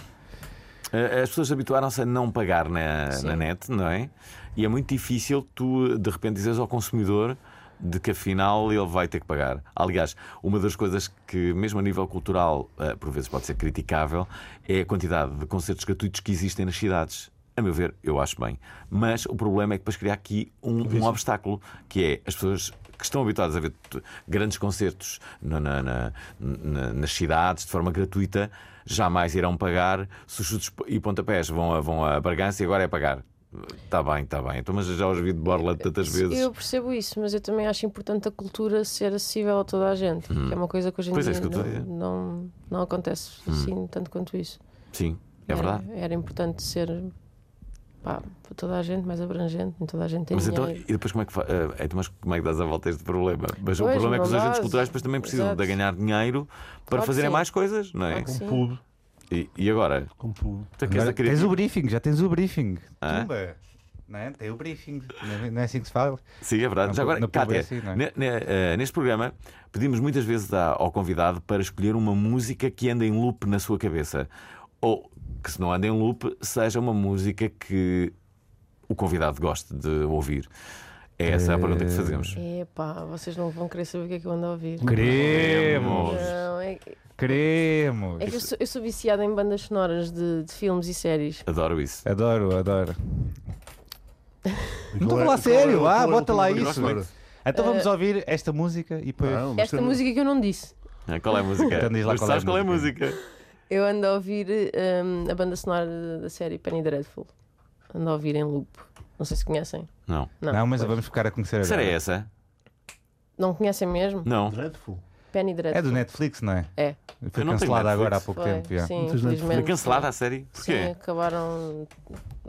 a- as pessoas habituaram-se a não pagar na, na net, não é? E é muito difícil tu, de repente, dizeres ao consumidor de que afinal ele vai ter que pagar. Aliás, uma das coisas que, mesmo a nível cultural, ah, por vezes pode ser criticável, é a quantidade de concertos gratuitos que existem nas cidades. A meu ver, eu acho bem. Mas o problema é que depois criar aqui um, um obstáculo, que é as pessoas que estão habituadas a ver t- grandes concertos na- na- na- na- nas cidades de forma gratuita, jamais irão pagar. Se os chutes e pontapés vão a, vão a Bargança e agora é pagar. Está bem, está bem. Então, mas eu já os vi de borla tantas vezes.
Eu percebo isso, mas eu também acho importante a cultura ser acessível a toda a gente, que é uma coisa que hoje em
Pois é,
dia
isso que eu estou a
não,
dizer.
não, não acontece assim tanto quanto isso.
Sim, é
Era-
verdade.
Era, importante ser pá, para toda a gente, mais abrangente, nem toda a gente tem
Mas então,
dinheiro.
e depois como é que, fa- eh, então, mas como é que dás a volta a este problema? Mas o
Pois,
problema é que os
não
agentes
dás.
culturais depois também precisam de
Exato.
ganhar dinheiro para
Claro que
fazerem
sim.
mais coisas, não é?
Claro que sim.
Pub,
E, e agora?
com pub.
Tu é que és
Agora
a criativa?
tens o briefing, já tens o briefing.
Hã?
Tumba. Não é? Tem o briefing. Não é- Não é assim que se fala?
Sim, é verdade.
Na
Já agora,
pu- na
Cátia,
publicidade, não é?
ne- ne- eh, neste programa pedimos muitas vezes à- ao convidado para escolher uma música que anda em loop na sua cabeça. Ou que, se não anda em loop, seja uma música que o convidado goste de ouvir. É essa a pergunta
Eh,
que fazemos.
Epá, vocês não vão querer saber o que é que eu ando a ouvir.
Queremos!
Não, é, que-
Queremos!
é que eu sou, eu sou viciada em bandas sonoras de, de filmes e séries.
Adoro isso.
Adoro, adoro. Não estou a
Qual é-
falar sério,
qual é-
ah,
qual é o
bota lá
teu
isso.
preferido agora?
Então vamos
É.
ouvir esta música e depois.
Não, mas
Esta
tem-
música que eu não disse.
Ah,
*laughs*
Qual é a música?
Então diz lá
Mas
qual é a
sabes qual é a música?
Eu ando a ouvir hum, a banda sonora da série Penny Dreadful. Ando a ouvir em loop. Não sei se conhecem.
Não.
Não, mas
pois.
vamos ficar a conhecer
Será
agora.
essa?
Não conhecem mesmo?
Não.
Dreadful.
Penny
É
Dreadful.
do Netflix, não é?
É.
Foi
Eu não tenho
cancelada agora há
Netflix.
pouco
Foi.
tempo. já.
Sim,
Muitas vezes
Foi
infelizmente.
cancelada a série?
Sim,
Porquê?
acabaram.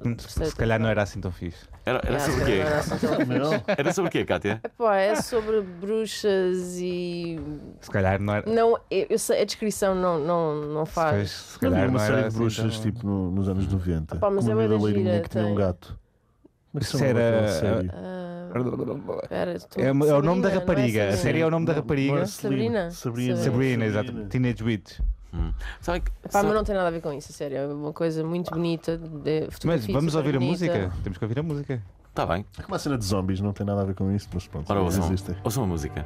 Hum, Se calhar não era assim tão fixe.
Era, era sobre o quê?
*laughs* Yeah, se
*laughs*
calhar não era assim tão-
Não.
Era sobre o quê, Cátia?
Epá, é sobre bruxas e.
Se calhar não era.
Não, eu, eu sei, a descrição não, não, não
Pois,
faz.
se
Não
calhar
havia uma
não
série
era
de
assim
bruxas
tão- Hum.
tipo no- nos anos 90.
Pá, mas
com
é
uma
bué da
leirinha
gira,
que tinha um
tem.
gato. Mas é
Isso era-
Ah, espera, tu-
É, é o nome da
Sabrina,
rapariga.
não é
A série é o nome da rapariga.
Sabrina?
Sabrina. Tipo,
Sabrina, exato. Teenage Witch.
Sabem que-
Pá, mas não tem nada a ver com isso, a sério. É uma coisa muito bonita. de-
Mas
fotografia
vamos
super
ouvir a
bonita.
música. Temos que ouvir a música.
Está Tá bem.
É uma cena de zombies, não tem nada a ver com isso, mas pronto.
Ora, ouçam,
existem.
ouçam a música.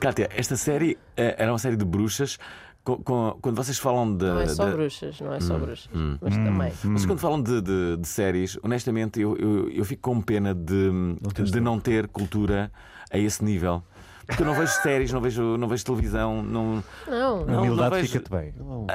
Cátia, esta série eh, era uma série de bruxas. Co- co- quando vocês falam de.
Não é só
de- Hum,
bruxas, não é só bruxas. Mas
Hum.
também.
Mas quando falam de, de- de séries, honestamente, eu, eu, eu fico com pena de de não ter cultura a esse nível. Porque eu não vejo séries, não vejo, não vejo televisão, não.
Não,
não
Humildade
vejo-
fica-te bem.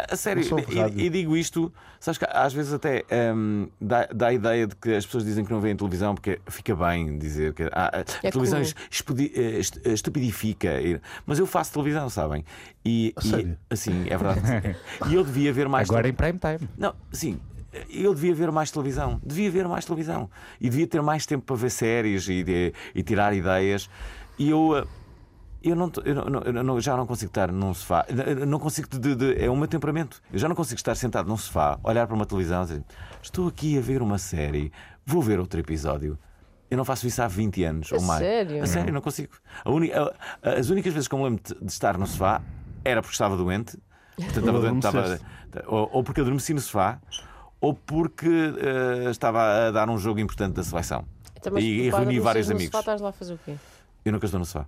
A sério,
sou rádio.
e, e digo isto, sabes que às vezes até hum, dá, dá a ideia de que as pessoas dizem que não veem televisão porque fica bem dizer que ah, ah, a
É
televisão
cool.
es- espudi- eh, est- eh, estupidifica. E- Mas eu faço televisão, sabem? E,
A
e-
sério?
assim, é
*laughs*
verdade. e eu devia ver mais
Agora em prime time.
não, sim. Eu devia ver mais televisão, devia ver mais televisão e devia ter mais tempo para ver séries e, de- e tirar ideias. E eu, eh, eu, não, to- eu não- eu não- já não consigo estar num sofá, Eu não consigo, de- de- é o meu temperamento. Eu já não consigo estar sentado num sofá, olhar para uma televisão e dizer: Estou aqui a ver uma série, vou ver outro episódio. Eu não faço isso há 20 anos
A
ou mais.
sério?
A sério, não consigo. A uni- a- a- as únicas vezes que eu me lembro de, de estar no sofá era porque estava doente. Portanto, estava doente, estava,
adormeceste.
ou, ou porque adormeci no sofá, ou porque eh, estava a dar um jogo importante da seleção.
Então, mas
E- e
tu paras
reuni
no-
vários
no
amigos.
Sofá, estás lá a fazer o quê?
Eu nunca estou no sofá.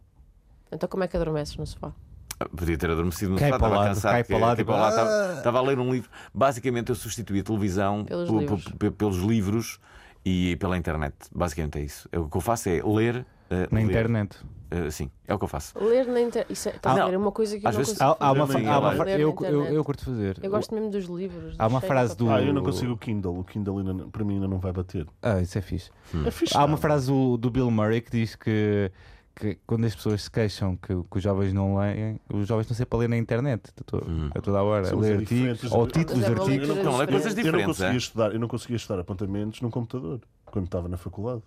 Então como é que adormeces no sofá?
Ah, Podia ter adormecido no
Cai
sofá,
para o
estava
lado,
cansado.
cai
que-
para o lado
cai
e
para o
vai-
lado, estava, estava a ler um livro. Basicamente, eu substituí a televisão
Pelos
por-
livros.
por- por- pelos livros e pela internet. Basicamente é isso. Eu- o que eu faço é ler. eh,
Na
ler.
internet.
Eh, sim, é o que eu faço.
Ler na internet. Isso é, estás
Não.
a ver, é uma coisa que eu
Às
não
vezes-
consigo.
Há, há uma,
fazer.
fra- há uma fra-
Ler na
eu, eu,
internet.
eu curto fazer.
Eu gosto mesmo dos livros.
Há uma
Sei,
frase do.
Ah, eu não consigo o Kindle. O Kindle ainda não- para mim ainda não vai bater.
Ah, isso é fixe.
Hum.
É fixe.
Há uma
não.
frase do, do Bill Murray que diz que, que quando as pessoas se queixam que, que os jovens não leem, os jovens não sempre para ler na internet a, to- a toda a hora.
Sim, mas é
ler
diferente,
artigos
mas é-
ou títulos de
Hum. Mas é uma
artigos.
leitura
Não, é
diferente.
coisas
Eu não
diferentes,
conseguia
é?
estudar, eu não conseguia estudar apontamentos num computador quando estava na faculdade.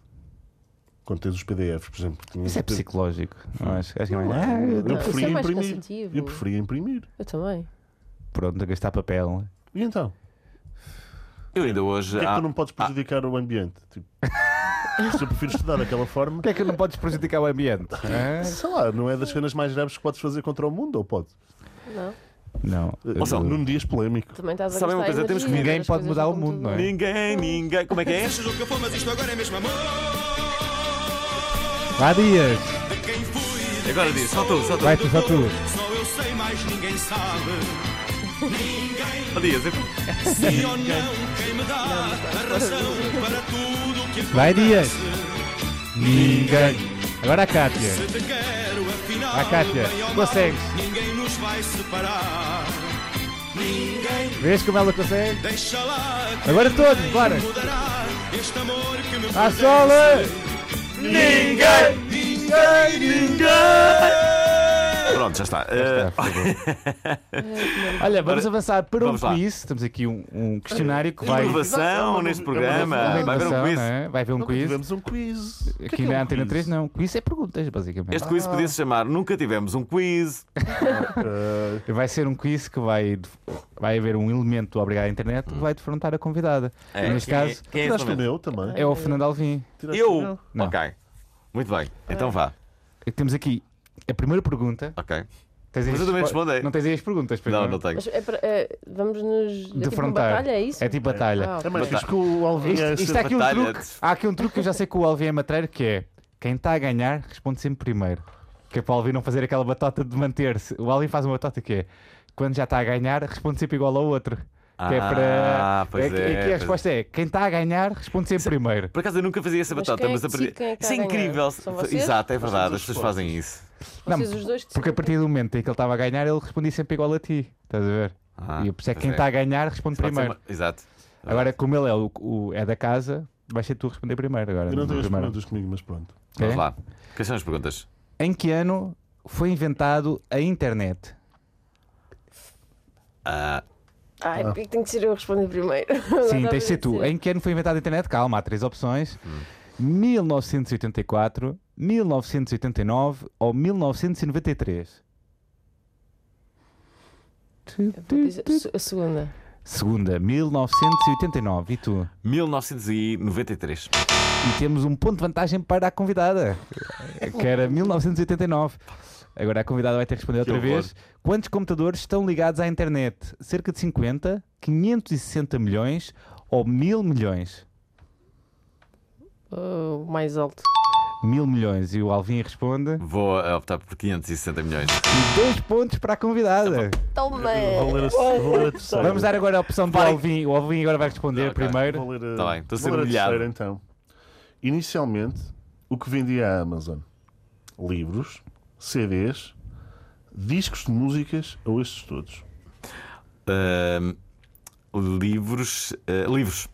Quando tens os PDFs, por exemplo. tinha-
Isso é psicológico. não
Hum.
Acho, acho que é mais.
Ah,
Ah,
eu
Não, isso
preferia
é mais
imprimir.
cansativo.
Eu preferia imprimir.
Eu também.
pronto, a gastar papel.
E então?
Eu ainda hoje.
Porquê é
há-
que tu não podes prejudicar o ambiente?
*laughs*
Tipo, se eu prefiro estudar daquela forma,
Porquê é que não podes prejudicar o *laughs* ambiente?
sei lá, não é das cenas mais graves que podes fazer contra o mundo, ou pode?
Não.
Não.
Ouçam,
Eu-
Nuno Dias polémico.
Também estás a
Sabem uma
gastar
coisa, temos que
energia
ninguém
nas
pode
coisas
mudar
do
o mundo, não é?
computador.
Ninguém, ninguém. Como é que
*laughs*
é?
Sejas o que for, mas isto agora é mesmo amor.
Há dias!
De quem fui, de
Agora
quem
diz, só
sou.
tu, só tu.
Vai tu, só tu.
Só eu sei, mais ninguém sabe. Ninguém
*laughs*
Ó,
é
Dias, eu-
se ou não quem me dá a razão para tudo o que acontece.
Vai, Dias. Ninguém! Agora a Cátia.
Se te quero, afinal,
A Cátia,
bem ou mal,
consegues.
Ninguém nos vai separar. Ninguém
Vês como ela consegue?
deixa lá. que
Agora todos,
ninguém
bora.
Mudará este amor que me
A
faz.
sola!
Ninguém, ninguém, ninguém.
Pronto, já está. Eh,
Olha, vamos avançar para um
vamos lá.
quiz. Temos aqui um, um questionário que vai.
Inovação neste programa. Vai haver um
É Inovação,
quiz.
não é? Vai haver um
Nunca
quiz.
tivemos um quiz. O que é que
Aqui
é
na
um
Antena
quiz?
3, não. Quiz é perguntas, basicamente.
Este quiz podia se chamar Nunca Tivemos um Quiz.
Ah,
Vai ser um quiz que vai. Vai haver um elemento do obrigado à internet que vai defrontar a convidada.
Hum. É,
Neste
quem é-
caso,
quem é esse
tiraste o
momento?
meu também.
é o Fernando Alvim.
Tiraste o
Eu?
meu.
Não.
Ok. Muito bem. Então vá.
E Temos aqui a primeira pergunta.
Ok.
Tens aí
Mas eu
as
também
respo-
respondo, é?
Não tens aí as perguntas, pois
Não, não tenho.
Mas é para, é, vamos nos. É tipo uma
Defrontar.
batalha, é isso?
É tipo batalha.
Ah, ok.
É mais fixe que o Alvin
Isto,
é
isto
ser-
há, aqui um
batalha
truque,
de-
há aqui um truque que eu já sei que o Alvin é matreiro, que é quem está a ganhar responde sempre primeiro. Que é para o Alvin não fazer aquela batota de manter-se. O Alvin faz uma batota que é quando já está a ganhar, responde sempre igual ao outro. Que é para.
Ah, pois
é, que-
é,
e aqui a
pois
resposta é quem está a ganhar responde sempre primeiro.
Por acaso eu nunca fazia essa
Mas
batata,
quem é
mas
que
aprendi.
decide quem é que
Isso é
vai ganhar?
incrível.
São vocês?
Exato, é verdade,
somos
as pessoas
os
fazem isso.
Vocês
Não,
os dois que
Porque a
sabem.
partir do momento em que ele estava a ganhar, ele respondia sempre igual a ti. Estás a ver?
Ah,
e por isso é que
pois
quem está a ganhar responde
Pode ser
primeiro.
uma- Ah. Exato.
Agora, como ele é, o, o- é da casa, vais ser tu a responder primeiro agora.
Eu é não tenho as
Primeiro.
perguntas comigo, mas pronto.
Ok?
Vamos lá. Quais são as perguntas?
Em que ano foi inventado a internet?
Ah,
*laughs* Ai, porque é que tem que ser eu a responder primeiro?
Sim, tens de ser tu. É Em que ano foi inventada a internet? Calma, há três opções: 1984, 1989 ou 1993.
Então A segunda.
Segunda, 1989. E tu?
1993.
E temos um ponto de vantagem para a convidada, que era 1989. Agora a convidada vai ter que responder outra
horror.
vez. Quantos computadores estão ligados à internet? Cerca de 50, 560 milhões ou 1000 milhões?
Ah, O mais alto.
1000 milhões. E o Alvin responde.
Vou eh, optar por 560 milhões.
E dois pontos para a convidada.
Toma!
Vou ler a,
É.
vou ler a terceira.
Vamos dar agora a opção do
Vai.
Alvin. O Alvin agora vai responder
Ok.
primeiro.
Vou ler a,
Tá bem, estou a ser
vou ler
humilhado.
terceira, então. Inicialmente, o que vendia a Amazon? Livros, CDs, discos de músicas ou estes todos?
Ahm, Ah, livros. ah, livros.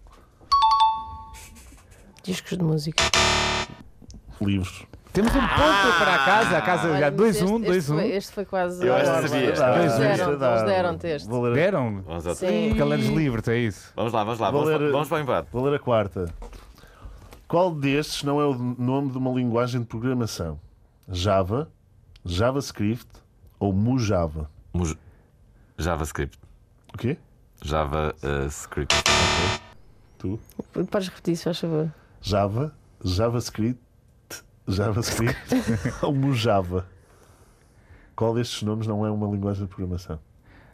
Discos de música.
Livros.
Temos um ponto
Ah!
para a casa, a casa já
Olha, mas este-
2-1,
este, foi-
2-1.
este foi quase.
Eu
à
acho que
borda.
é
sabia.
Eles
Ah,
deram-
Esta dá-
Eles deram-te este.
Vou ler,
Deram-me.
Vamos, à-
Sim.
Porque ela é livre, é isso.
vamos lá, vamos lá.
Vou
Vamos,
ler-
vamos para o empate.
vou ler a quarta. Qual destes não é o nome de uma linguagem de programação? Java, JavaScript ou Mujava?
Mos- JavaScript.
O quê?
JavaScript.
Tu?
Podes repetir, se faz favor.
Java, JavaScript, JavaScript ou Mujava? Qual destes nomes não é uma linguagem de programação?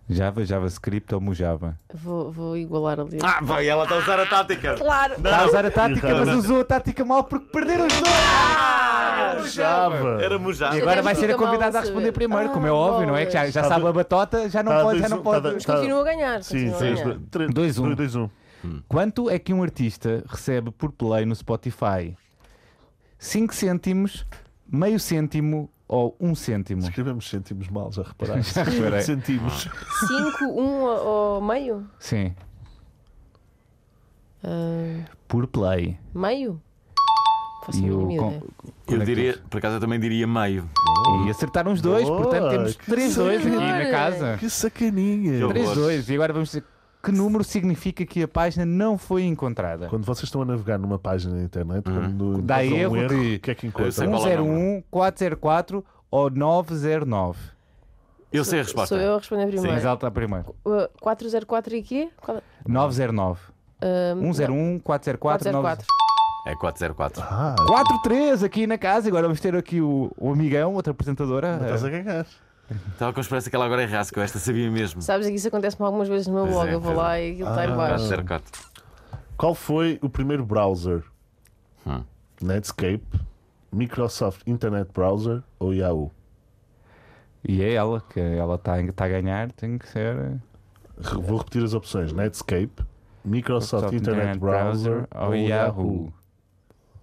Java, JavaScript ou Mujava?
Vou, vou igualar ali.
Ah, vai, ela está a usar a tática.
Claro!
Está a usar a tática,
errado.
mas usou a tática mal porque perderam os dois. Ah,
Java!
Era Mujava.
E agora
Eu
vai
tenho
ser a
que Ah, mal
convidada a
saber.
responder primeiro,
Ah,
como é óbvio, não é? Que já, já
Tá
sabe
dois-
a batota, já não
tá
pode, já
dois-
não
tá
pode.
dois-
Continuo a ganhar.
Sim,
continuo a ganhar.
sim.
2-1.
2-1.
Quanto é que um artista recebe por play no Spotify? 5 cêntimos, meio cêntimo ou 1 um cêntimo?
Escrevemos sentimos mal, já reparaste?
Já reparei.
Sentimos.
5, 1 ou meio?
Sim,
Ah,
por play.
meio? Faço a
E, o
mínima
con-
ideia.
Eu
conector.
diria, por acaso eu também diria meio.
E acertaram os dois,
Boa,
portanto temos
que
3-2 aqui na
senhora.
casa.
Que sacaninha!
Eu-
3-2. E agora vamos dizer que número significa que a página não foi encontrada?
Quando vocês estão a navegar numa página na
Hum.
internet, quando
Dá
encontram
erro
um erro,
de-
o que é que
tipo, Eu sei
encontram?
qual- é o
101, 404 ou 909?
Eu sei é a resposta.
Sou eu a responder
Mas
primeiro.
ela está primeiro.
Uh, 404 e quê? Qual-
909. 101, 404, 909.
404.
É 404.
Ah,
4-3 aqui na casa. Agora vamos ter aqui o, o amigão,
é.
outra apresentadora.
estás a ganhar.
Estava com a esperança que ela agora errasse, que eu esta sabia mesmo. Ah,
Sabes é que isso acontece-me algumas vezes no meu
Pois
blog.
é,
eu vou
pois
lá e aquilo está em baixo.
404.
Qual foi o primeiro browser?
Hum.
Netscape, Microsoft Internet Browser ou Yahoo?
E é ela, que ela está tá a ganhar, tem que ser. eh,
Re- Vou repetir as opções: Netscape, Microsoft,
Microsoft
Internet, Browser,
ou Yahoo.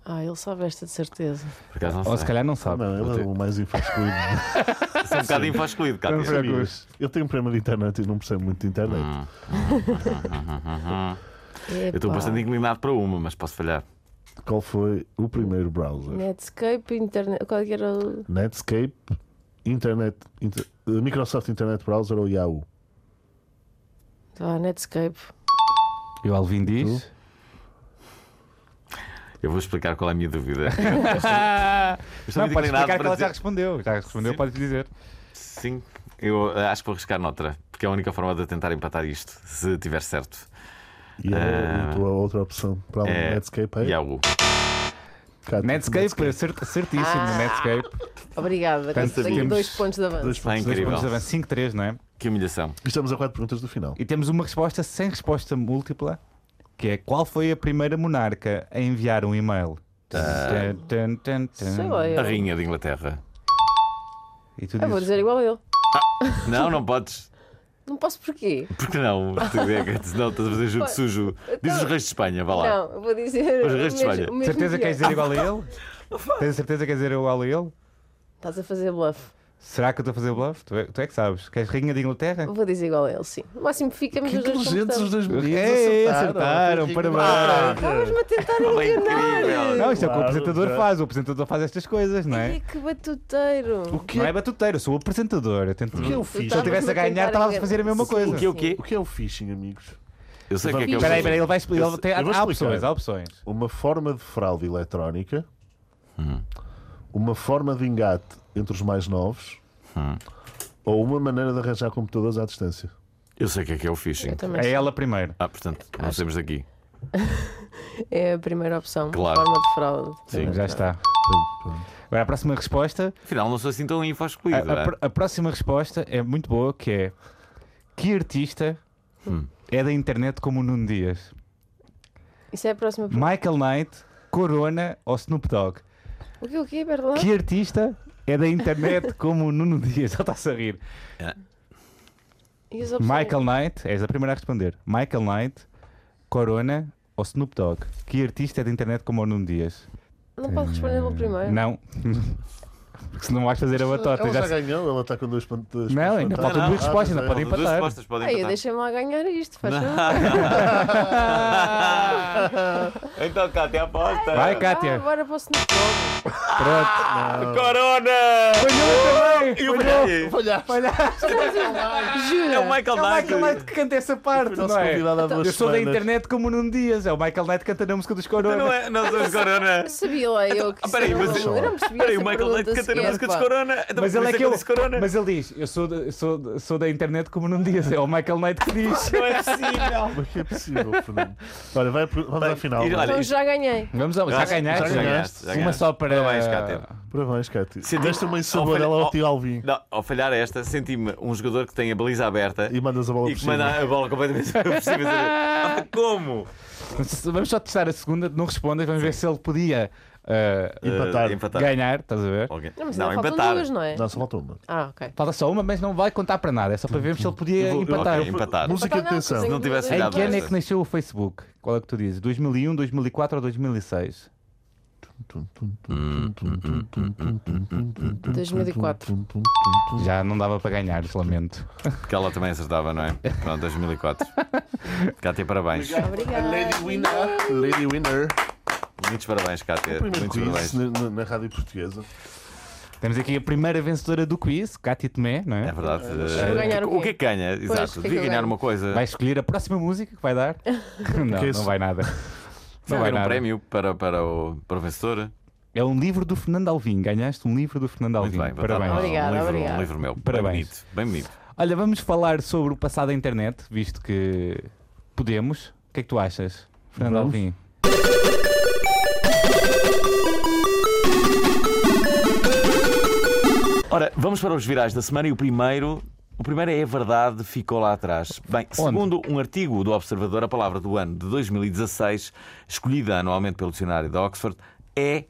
Ah, ele sabe esta de certeza.
Por acaso não
Ou se
sei.
calhar não sabe.
Não, ele é o mais *laughs* infascuído.
Sou um bocado infascuído,
Não
Cátia.
foi.
Sabias? Ele tem um problema de internet e não percebe muito de internet.
Hum. Eu estou
Epá.
bastante inclinado para uma, mas posso falhar.
Qual foi o primeiro browser?
Netscape, internet. Qual é que era o.
Netscape, Internet, Inter- eh, Microsoft Internet Browser ou Yahoo?
Ah, Netscape.
E o Alvin diz.
Eu vou explicar qual é a minha dúvida. Eu estou
Não,
muito
pode
inclinado
explicar é que
para
ela já
dizer...
respondeu. Já respondeu,
Sim.
podes dizer.
Sim, eu eh, acho que vou arriscar noutra, porque é a única forma de tentar empatar isto, se tiver certo.
E a,
Ah.
É.
a tua outra opção para além
É,
do Netscape é?
Yahoo.
Cátia,
Netscape, cert- certíssimo.
Ah.
Netscape.
Obrigada.
Tanto
Tenho
sabíamos.
dois pontos de avanço.
Dois
Está
pontos.
incrível.
5-3, não é?
Que humilhação.
Estamos a quatro perguntas do final.
E temos uma resposta sem resposta múltipla, que é qual foi a primeira monarca a enviar um e-mail? Tum, tum, tum, tum.
Sei lá, eu.
A rainha de Inglaterra.
E tu
Ah, vou
dizes,
dizer igual a ele.
Não, não podes.
Não posso porquê?
Porque não? Tu é que- Senão estás a fazer jogo sujo. Diz os reis de Espanha, vá lá.
então- Não, eu vou dizer.
Os restos
o mesmo-
olha.
o mesmo
certeza que
que é. eu.
queres dizer igual a
*laughs*
ele? Tens certeza que queres dizer igual a ele?
Estás a fazer bluff.
Será que eu estou a fazer bluff? Tu é, tu é que sabes. Queres rainha de Inglaterra?
Vou dizer igual a ele, sim. No máximo ficamos
Que
os dois.
inteligentes os
completamente.
dois meninos
Ei, É, acertaram,
acertaram. Ah,
parabéns.
Estavas-me a tentar enganar.
é incrível.
Não, isto é o que o
Claro,
apresentador
já.
faz. O apresentador faz estas coisas, não
Ai,
é?
que batuteiro.
O que,
Não é
é,
batuteiro, eu sou o apresentador. Eu tento...
o que é o
Eu
phishing?
Se eu estivesse a
Estava-me a
ganhar,
tentar
estava a
enganar.
fazer a mesma coisa.
O que, o quê?
O que é o phishing, amigos?
Eu sei o que é que é o
Espera aí,
phishing.
espera aí, ele vai explicar.
Eu-
Ele tem-
eu vou
Há
explicar.
opções, há opções.
Uma forma de fraude eletrónica,
Hum.
uma forma de engate entre os mais novos
Hum.
ou uma maneira de arranjar computadores à distância.
Eu sei o que é que é o phishing.
Eu também
É
sei.
ela primeiro.
Ah, portanto, nós temos daqui.
É a primeira opção.
Claro.
Forma de fraude. Tá.
Sim.
Já está. Agora a próxima resposta
Afinal, não sou assim tão
A-
infascuído.
A,
é?
pr- a próxima resposta é muito boa, que é que artista é da internet como o Nuno Dias?
Isso é a próxima pergunta.
Michael Knight, Corona ou Snoop Dogg?
O que o que, perdão?
Que artista é da internet como o Nuno Dias? *laughs* Ele está-se a rir.
E as opções?
Michael Knight, és a primeira a responder. Michael Knight, Corona ou Snoop Dogg? Que artista é da internet como o Nuno Dias?
Não pode responder pelo primeiro.
Não. *laughs* Porque senão vais fazer a batota.
Ela já,
já se-
ganhou, ela está com dois pontos.
Não, ainda
Não,
faltam
não.
duas
Ah,
respostas, ainda
pois é.
pode
Duas
empatar.
respostas podem
Aí,
empatar.
deixa-me lá ganhar isto, faz favor.
Então, Cátia, aposta.
Vai,
Ah,
Cátia.
agora posso no jogo.
Ah,
Pronto.
Corona!
Ganhou também.
Eu falhei.
Jura?
É o Michael
É o
Knight.
Michael Knight que canta essa parte,
nosso
não é?
convidado há duas
Eu sou da
semanas.
internet como num Dias. É o Michael Knight cantando a música dos Corona.
Não é? Não somos Corona.
Sabia lá eu que
Ah, peraí,
isso era
mas-
um- eu não percebi
Peraí,
essa
o Michael Knight
pergunta
canta na
sequer,
música dos
pá.
Corona. Então,
Mas
por
ele é
isso
que eu,
disse Corona.
mas ele diz, eu sou, da- sou, sou da internet como num Dias. É o Michael Knight que diz.
Não é possível.
Como é que é possível, Fernando? Olha, vai, vamos à final.
e olha,
Então já ganhei.
*laughs* Vamos lá, já
Já
ganhaste.
ganhaste,
já ganhaste.
Uma só para.
Parabéns, Cátia.
Parabéns, Cátia.
Sim,
Deste uma
ao
ensaboada
falha-
ela ao
ao-
tio Alvin
Não, ao falhar esta, senti-me um jogador que tem a baliza aberta
e mandas a bola
e
por
que
cima.
manda a bola completamente *laughs* por cima. Ah, Como?
Vamos só testar a segunda, não respondas, vamos ver se ele podia ah,
Empatar.
Eh, empatar.
ganhar, estás a ver?
Alguém-
Não, mas
Não,
ainda
empatar.
faltam duas, não é?
Não, só falta uma.
Ah, ok.
Falta só uma, mas não vai contar para nada, é só para vermos se ele podia
Eu vou- eu-
empatar.
ok, empatar.
Música de
Empatar não,
tensão.
consigo
Não tivesse
duas.
Em
idade
que ano é
esta.
que nasceu o Facebook? Qual é que tu dizes? 2001, 2004 ou 2006?
2004.
Já não dava para ganhar, lamento.
Porque ela também acertava, não é? Pronto, *laughs* 2004. Cátia, parabéns.
Obrigada.
Lady Winner. Lady Winner.
Muitos parabéns, Cátia.
Primeiro
Muitos
quiz
parabéns.
na, na- na rádio portuguesa.
Temos aqui a primeira vencedora do quiz, Cátia Tomé, não
É
é?
verdade.
eu ganhar o quê?
O que é que ganha? Exato.
o que é que
Devia
eu
ganhar
ganho?
uma coisa.
Vai escolher a próxima música que
*laughs*
vai dar? Não,
Que é isso?
não vai nada.
Vai
Não
haver
vai
um
nada.
prémio para, para o para o vencedor.
É um livro do Fernando Alvim. Ganhaste um livro do Fernando
Muito
Alvim.
bem, vou dar
Parabéns.
Um
Obrigada,
livro,
obrigada.
Um livro meu.
Parabéns.
Bem bonito. Bem bonito.
Olha, vamos falar sobre o passado da internet, visto que podemos. O que é que tu achas, Fernando
Vamos.
Uhum.
Alvim?
Ora, vamos para os virais da semana e o primeiro. O primeiro é a verdade ficou lá atrás. Bem, segundo um artigo do Observador, a palavra do ano de 2016, escolhida anualmente pelo dicionário de Oxford, é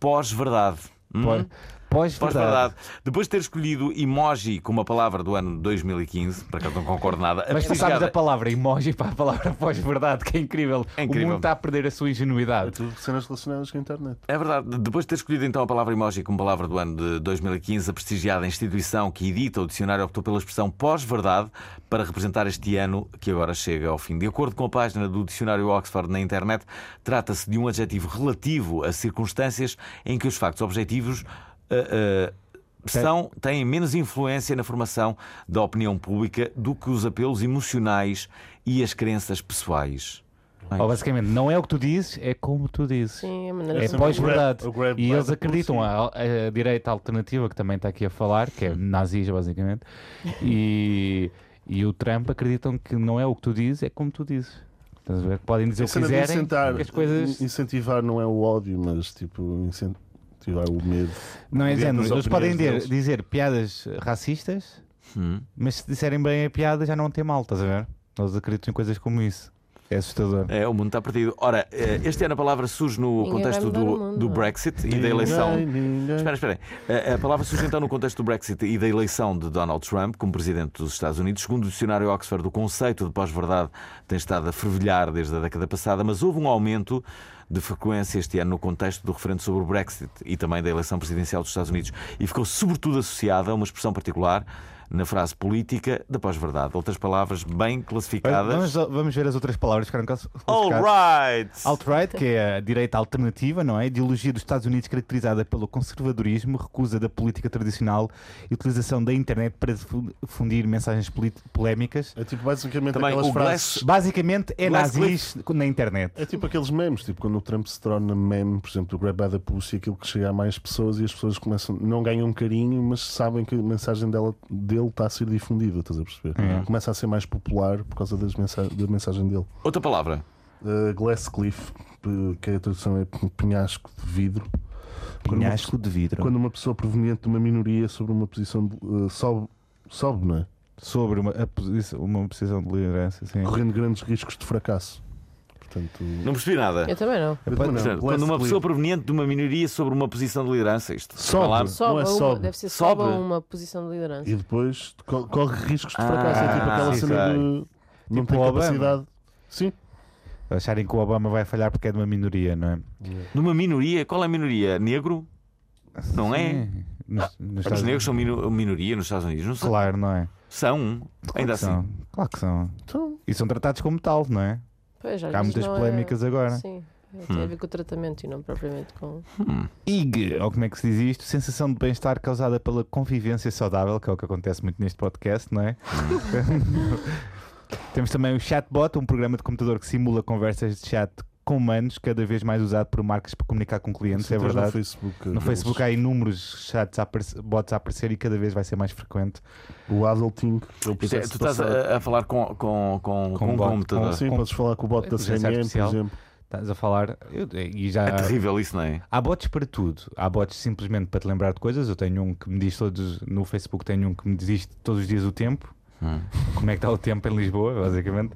pós-verdade. Hum?
Pós- Pós-verdade.
Pós-verdade. Depois de ter escolhido emoji como a palavra do ano de 2015, para que eu não concordo nada,
É
Mas passámos
pesquisada-
a palavra emoji para a palavra *laughs* pós-verdade, que é incrível.
É incrível.
O mundo está a perder a sua
É
ingenuidade.
tudo cenas relacionadas com a internet.
É verdade. Depois de ter escolhido então a palavra emoji como palavra do ano de 2015, a prestigiada instituição que edita o dicionário optou pela expressão pós-verdade para representar este ano que agora chega ao fim. De acordo com a página do dicionário Oxford na internet, trata-se de um adjetivo relativo a circunstâncias em que os factos objetivos. ah, ah, são, têm menos influência na formação da opinião pública do que os apelos emocionais e as crenças pessoais.
Ou basicamente, não é o que tu dizes, é como tu dizes.
Sim, a maneira
É
como-
pós-verdade.
o grab
E
by
eles
the
acreditam, a, a direita alternativa que também está aqui a falar, que é nazis, basicamente, e, e o Trump acreditam que não é o que tu dizes, é como tu dizes. Estás a ver? Podem dizer
A
o que
cena de
quiserem,
incentivar,
que as coisas.
incentivar não é o ódio, mas tipo, incentivar o medo.
Não é
Mediante
género.
as
Eles podem
opiniões
dizer,
deles.
dizer piadas racistas,
Hum.
mas se disserem bem a piada já não tem mal, estás a ver? Eles acreditam em coisas como isso. É assustador.
É, o mundo está perdido. Ora, eh, este ano a palavra surge no
Ninguém
contexto
vai mudar
do,
o mundo,
do
não é?
Brexit e da eleição.
Ninguém, ninguém.
Espera, espera. aí. A, a palavra surge então no contexto do Brexit e da eleição de Donald Trump como presidente dos Estados Unidos. Segundo o dicionário Oxford, o conceito de pós-verdade tem estado a fervilhar desde a década passada, mas houve um aumento de frequência este ano no contexto do referendo sobre o Brexit e também da eleição presidencial dos Estados Unidos e ficou sobretudo associada a uma expressão particular na frase política da pós-verdade. Outras palavras bem classificadas.
Vamos, vamos ver as outras palavras que ficaram classificadas.
All right.
Alt-right, que é a direita alternativa, não é? Ideologia dos Estados Unidos caracterizada pelo conservadorismo, recusa da política tradicional e utilização da internet para difu- difundir mensagens polit- polémicas.
É tipo basicamente
Também
aquelas
o
frases.
Glass-
Basicamente é nazis
Glass
na internet.
É tipo aqueles memes, tipo quando o Trump se torna meme, por exemplo, do Grab by the Pussy, aquilo que chega a mais pessoas e as pessoas começam, não ganham um carinho, mas sabem que a mensagem dela, dele está a ser difundida, estás a perceber?
Uhum.
Começa a ser mais popular por causa das mensa- da mensagem dele.
Outra palavra.
Uh, Glass Cliff, p- que a tradução é p- penhasco de vidro. Quando uma,
Penhasco de vidro.
quando uma pessoa proveniente de uma minoria sobre uma posição de, uh, sobe, sobe, não é?
Sobre uma, a posição- uma posição de liderança, sim.
Correndo grandes riscos de fracasso. Portanto,
Não percebi nada.
Eu também não.
eu também não.
Portanto,
Glass
É, quando uma
Cliff.
pessoa proveniente de uma minoria sobre uma posição de liderança, isto
Sobe.
Vai lá.
Sobe,
Não é
a uma,
sobe.
deve ser
Sobe.
sobe a uma posição de liderança.
E depois co- corre riscos de
Ah,
fracasso. é tipo aquela
sim,
cena
sei.
de. Não
Tipo
tem
o Obama.
capacidade. Sim.
Acharem que o Obama vai falhar porque é de uma minoria, não é?
numa minoria, qual é a minoria? Negro? Não é?
Sim. Nos, nos
Os
Estados
negros são minu- minoria nos Estados Unidos, não são?
Claro, não é?
São, ainda
que são.
assim.
Claro que são.
Então,
E são tratados como tal, não é?
Pois, às
Há
vezes
muitas
não é-
polémicas agora.
Sim, tem a ver com o tratamento e não propriamente com.
Hum.
IG, ou como é que se diz isto? Sensação de bem-estar causada pela convivência saudável, que é o que acontece muito neste podcast,
*laughs*
não é? Temos também o Chatbot, um programa de computador que simula conversas de chat com humanos, cada vez mais usado por marcas para comunicar com clientes,
se
é
tens No
verdade.
Facebook,
No
aqueles-
Facebook há inúmeros chats a aparecer, bots a aparecer e cada vez vai ser mais frequente.
O Adulting. que é
Isto
o
é,
processo
tu estás
passado.
a, a falar com, com, com,
Com
com um
bot,
computador.
Sim,
com-
podes falar com o bot da
Inteligência
CNN, por
artificial.
exemplo.
Estás a falar. eu- e já,
É terrível isso, não é?
Há bots para tudo. Há bots simplesmente para te lembrar de coisas. Eu tenho um que me diz todos. No Facebook tenho um que me diz todos os dias o tempo.
Hum.
Como é que está o tempo em Lisboa, basicamente.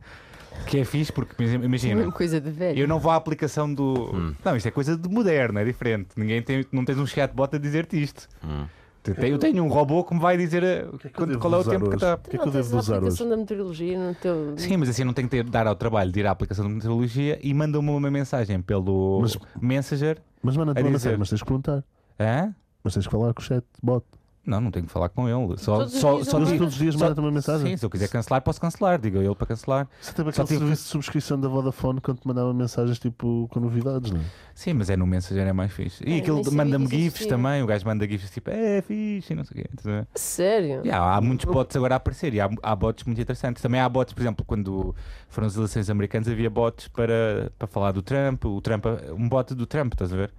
Que é fixe porque, por exemplo, imagina,
Uma coisa de velho. Então,
eu não vou à aplicação do.
Hum.
Não, isto é coisa de moderno, é diferente. Ninguém tem, não tens um chatbot a dizer-te isto.
Hum.
Eu tenho- eu tenho um robô que me vai dizer a-
que eu
quando-
devo
qual é o
usar
tempo que
hoje?
está.
O que é
não
que eu
tens
devo
a
usar hoje?
aplicação da meteorologia no teu.
Sim, mas assim não tem que ter, dar ao trabalho de ir à aplicação de meteorologia e manda-me uma mensagem pelo
Mas-
Messenger.
Mas manda-te
A
uma
dizer.
mensagem, mas tens que perguntar.
Hã?
Mas tens que falar com o chatbot.
Não, não tenho que falar com ele. Só,
Todos os
só,
dias
só
ele
digo-
manda.
Todos os dias
só-
manda-te uma mensagem.
Sim, se eu quiser cancelar, posso cancelar. Digo a ele para cancelar.
Você teve
Só tive
aquele
que-
serviço de subscrição da Vodafone quando te mandava mensagens tipo com novidades, não é?
Sim, mas é no Messenger, é mais fixe. E
É,
aquilo
nem sabia
manda-me
que
GIFs
existia.
também. O gajo manda GIFs tipo, é fixe e não sei o quê. estás a ver?
Sério?
E há, há muitos bots agora a aparecer e há, há bots muito interessantes. Também há bots, por exemplo, quando foram as eleições americanas, havia bots para, para falar do Trump. O Trump, um bot do Trump, estás a ver?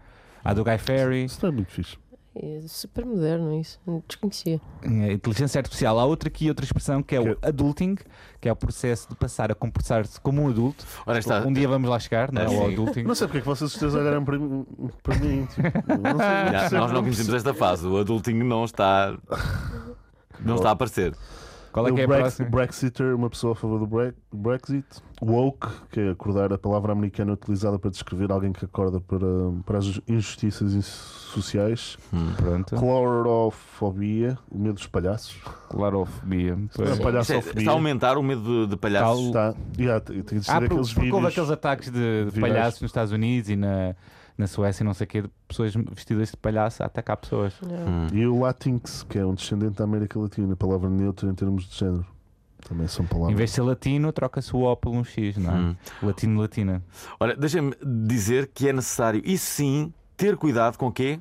Há do Guy Ferry.
Isso não é muito fixe.
É super moderno isso. Desconhecia.
É, inteligência artificial. Há outra aqui, outra expressão que é o adulting, que é o processo de passar a comportar-se como um adulto.
Ora está.
Um dia vamos lá chegar, não é?
Ah,
Ao
Tá. sim.
adulting.
Não sei porque é que vocês os três olharam para mim. Para mim tipo, não sei,
Já,
percebo,
nós não
percebo.
um
conhecemos esta fase. O adultinho não está. Não está a aparecer.
Qual é
O
que é a
Brex-
próxima?
Brexiter, uma pessoa a favor do Brex- Brexit. Woke, que é acordar a palavra americana utilizada para descrever alguém que acorda para, para as injustiças ins- sociais.
Hum.
Pronto.
Clorofobia, o medo dos palhaços.
Clarofobia.
Não,
Isto é-
palhaçofobia.
Está a aumentar o medo de, de palhaços.
Está. Yeah, tem tem de ser
Ah, por-
aqueles
porque houve aqueles
vídeos.
ataques de, de
virais.
palhaços nos Estados Unidos e na, na Suécia e não sei o quê, de pessoas vestidas de palhaço a atacar pessoas.
Hum.
Não.
E o Latinx, que é um descendente da América Latina, palavra neutra em termos de género. Também são
Em
palavras.
vez de ser latino, troca-se o O por um X, não é?
Hum.
Latino, latina.
Olha, deixa-me dizer que é necessário, e sim, ter cuidado com o quê?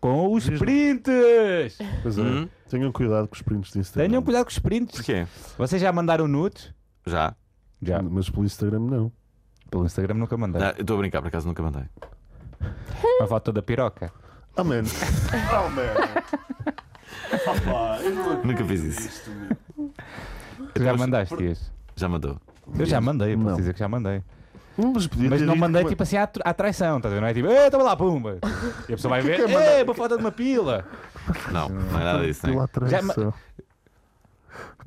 Com os prints!
Pois é.
Hum?
Tenham cuidado com os prints de Instagram.
Tenham cuidado com os prints.
Porquê?
Vocês já mandaram nudes?
Já.
Já.
Mas pelo Instagram não.
Pelo Instagram nunca mandei.
Ah, eu Estou a brincar, por acaso nunca mandei.
Uma foto da piroca.
Ah, man. *laughs* Ah, man.
Nunca fiz isso.
Tu já
Mas-
mandaste isso?
Já mandou.
Eu já mandei, posso
Não.
dizer que já mandei.
Mas, podia
Mas
ter
não
dito
mandei
que-
tipo assim à, tr- à traição, estás a ver? Não é tipo, "Eh, toma lá,
*laughs*
pumba! E a pessoa vai ver, é uma foto de uma pila!
Não, não é nada disso, não
Pela
Já ma- É,
traição.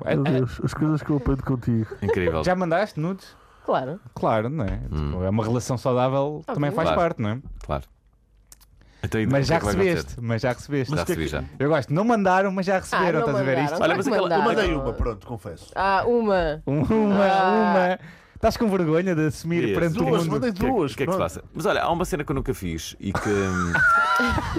Meu Deus, as coisas que eu aprendo contigo.
é? Incrível.
Já mandaste nudes?
Claro.
Claro, não é? Tipo, é uma relação saudável
Tá
também faz
Hum. Claro.
parte, não é?
Claro. Então, e
Mas
o
já
que é que vai
recebeste, mas é já recebeste.
acontecer? Já recebi já.
Eu gosto, não mandaram, mas já
Ah,
receberam,
não
estás a ver isto?
mandaram.
Olha,
Claro
mas
que
aquela- eu
mandaram.
Ah, pronto, confesso.
Ah, uma.
Uma,
Ah.
uma. Estás com vergonha de assumir
Yes.
perante
Duas,
o mundo.
mandei
O que é-
duas.
o que é que se
pronto.
passa? Mas olha, há uma cena que eu nunca fiz e que. hum,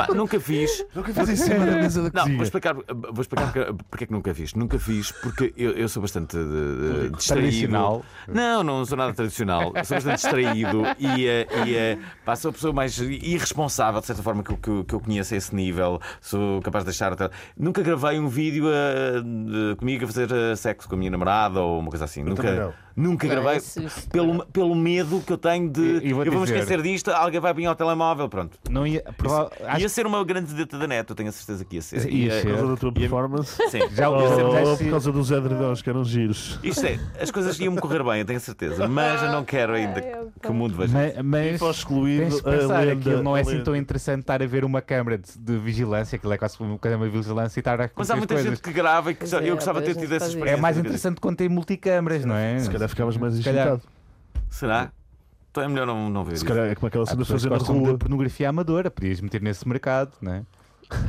*laughs* pá, nunca fiz.
Eu que fiz em cima da mesa da
Não, vou
cozinha.
explicar, vou explicar porque, porque é que nunca fiz. Nunca fiz porque eu, eu sou bastante eh, de- de- distraído.
Tradicional.
Não, não sou nada tradicional. Sou bastante distraído e, eh, e eh, pá, sou a pessoa mais irresponsável, de certa forma, que, eu- que eu- que eu conheço a esse nível. Sou capaz de deixar. até- Nunca gravei um vídeo eh, de- comigo a fazer eh, sexo com a minha namorada ou uma coisa assim.
também
nunca
não.
nunca
Não,
gravei
isso- isso-
pelo, pelo medo que eu tenho de.
E- e vou
eu vou me
dizer-
esquecer disto, alguém vai apanhar o telemóvel. Pronto.
Não ia, prova- acho
Ia ser uma grande deta da net, eu tenho a certeza que ia ser.
Ia
E, eh,
ser.
Por causa da tua
E a-
performance.
Sim,
Já o-
Ia ser-
Sim.
Ou- ou
Sim.
por causa dos edredons que eram giros.
Isto é, as coisas iam correr bem, eu tenho certeza, mas eu não quero
Ah,
ainda
é,
que o mundo veja.
Ma- Mas,
Foi é. excluído
tens de
a
pensar,
lenda-
aquilo não é
a
assim
lenda.
tão interessante estar a ver uma câmara de, de vigilância, aquilo é quase uma câmara de vigilância e estar a
Mas há
acontecer
muita
coisas.
gente que grava e que já-
Pois é,
eu gostava de ter
pois,
tido
a
essa
gente faz
experiência.
É mais interessante quando tem multicâmaras, não é?
Se calhar ficavas mais
Se calhar.
excitado.
Será? Então é melhor não, não ver
Se
isso.
calhar é como aquela
Há
cena de
pessoas que
fazer na
gostam de
rua.
pornografia amadora, podias meter nesse mercado, não é?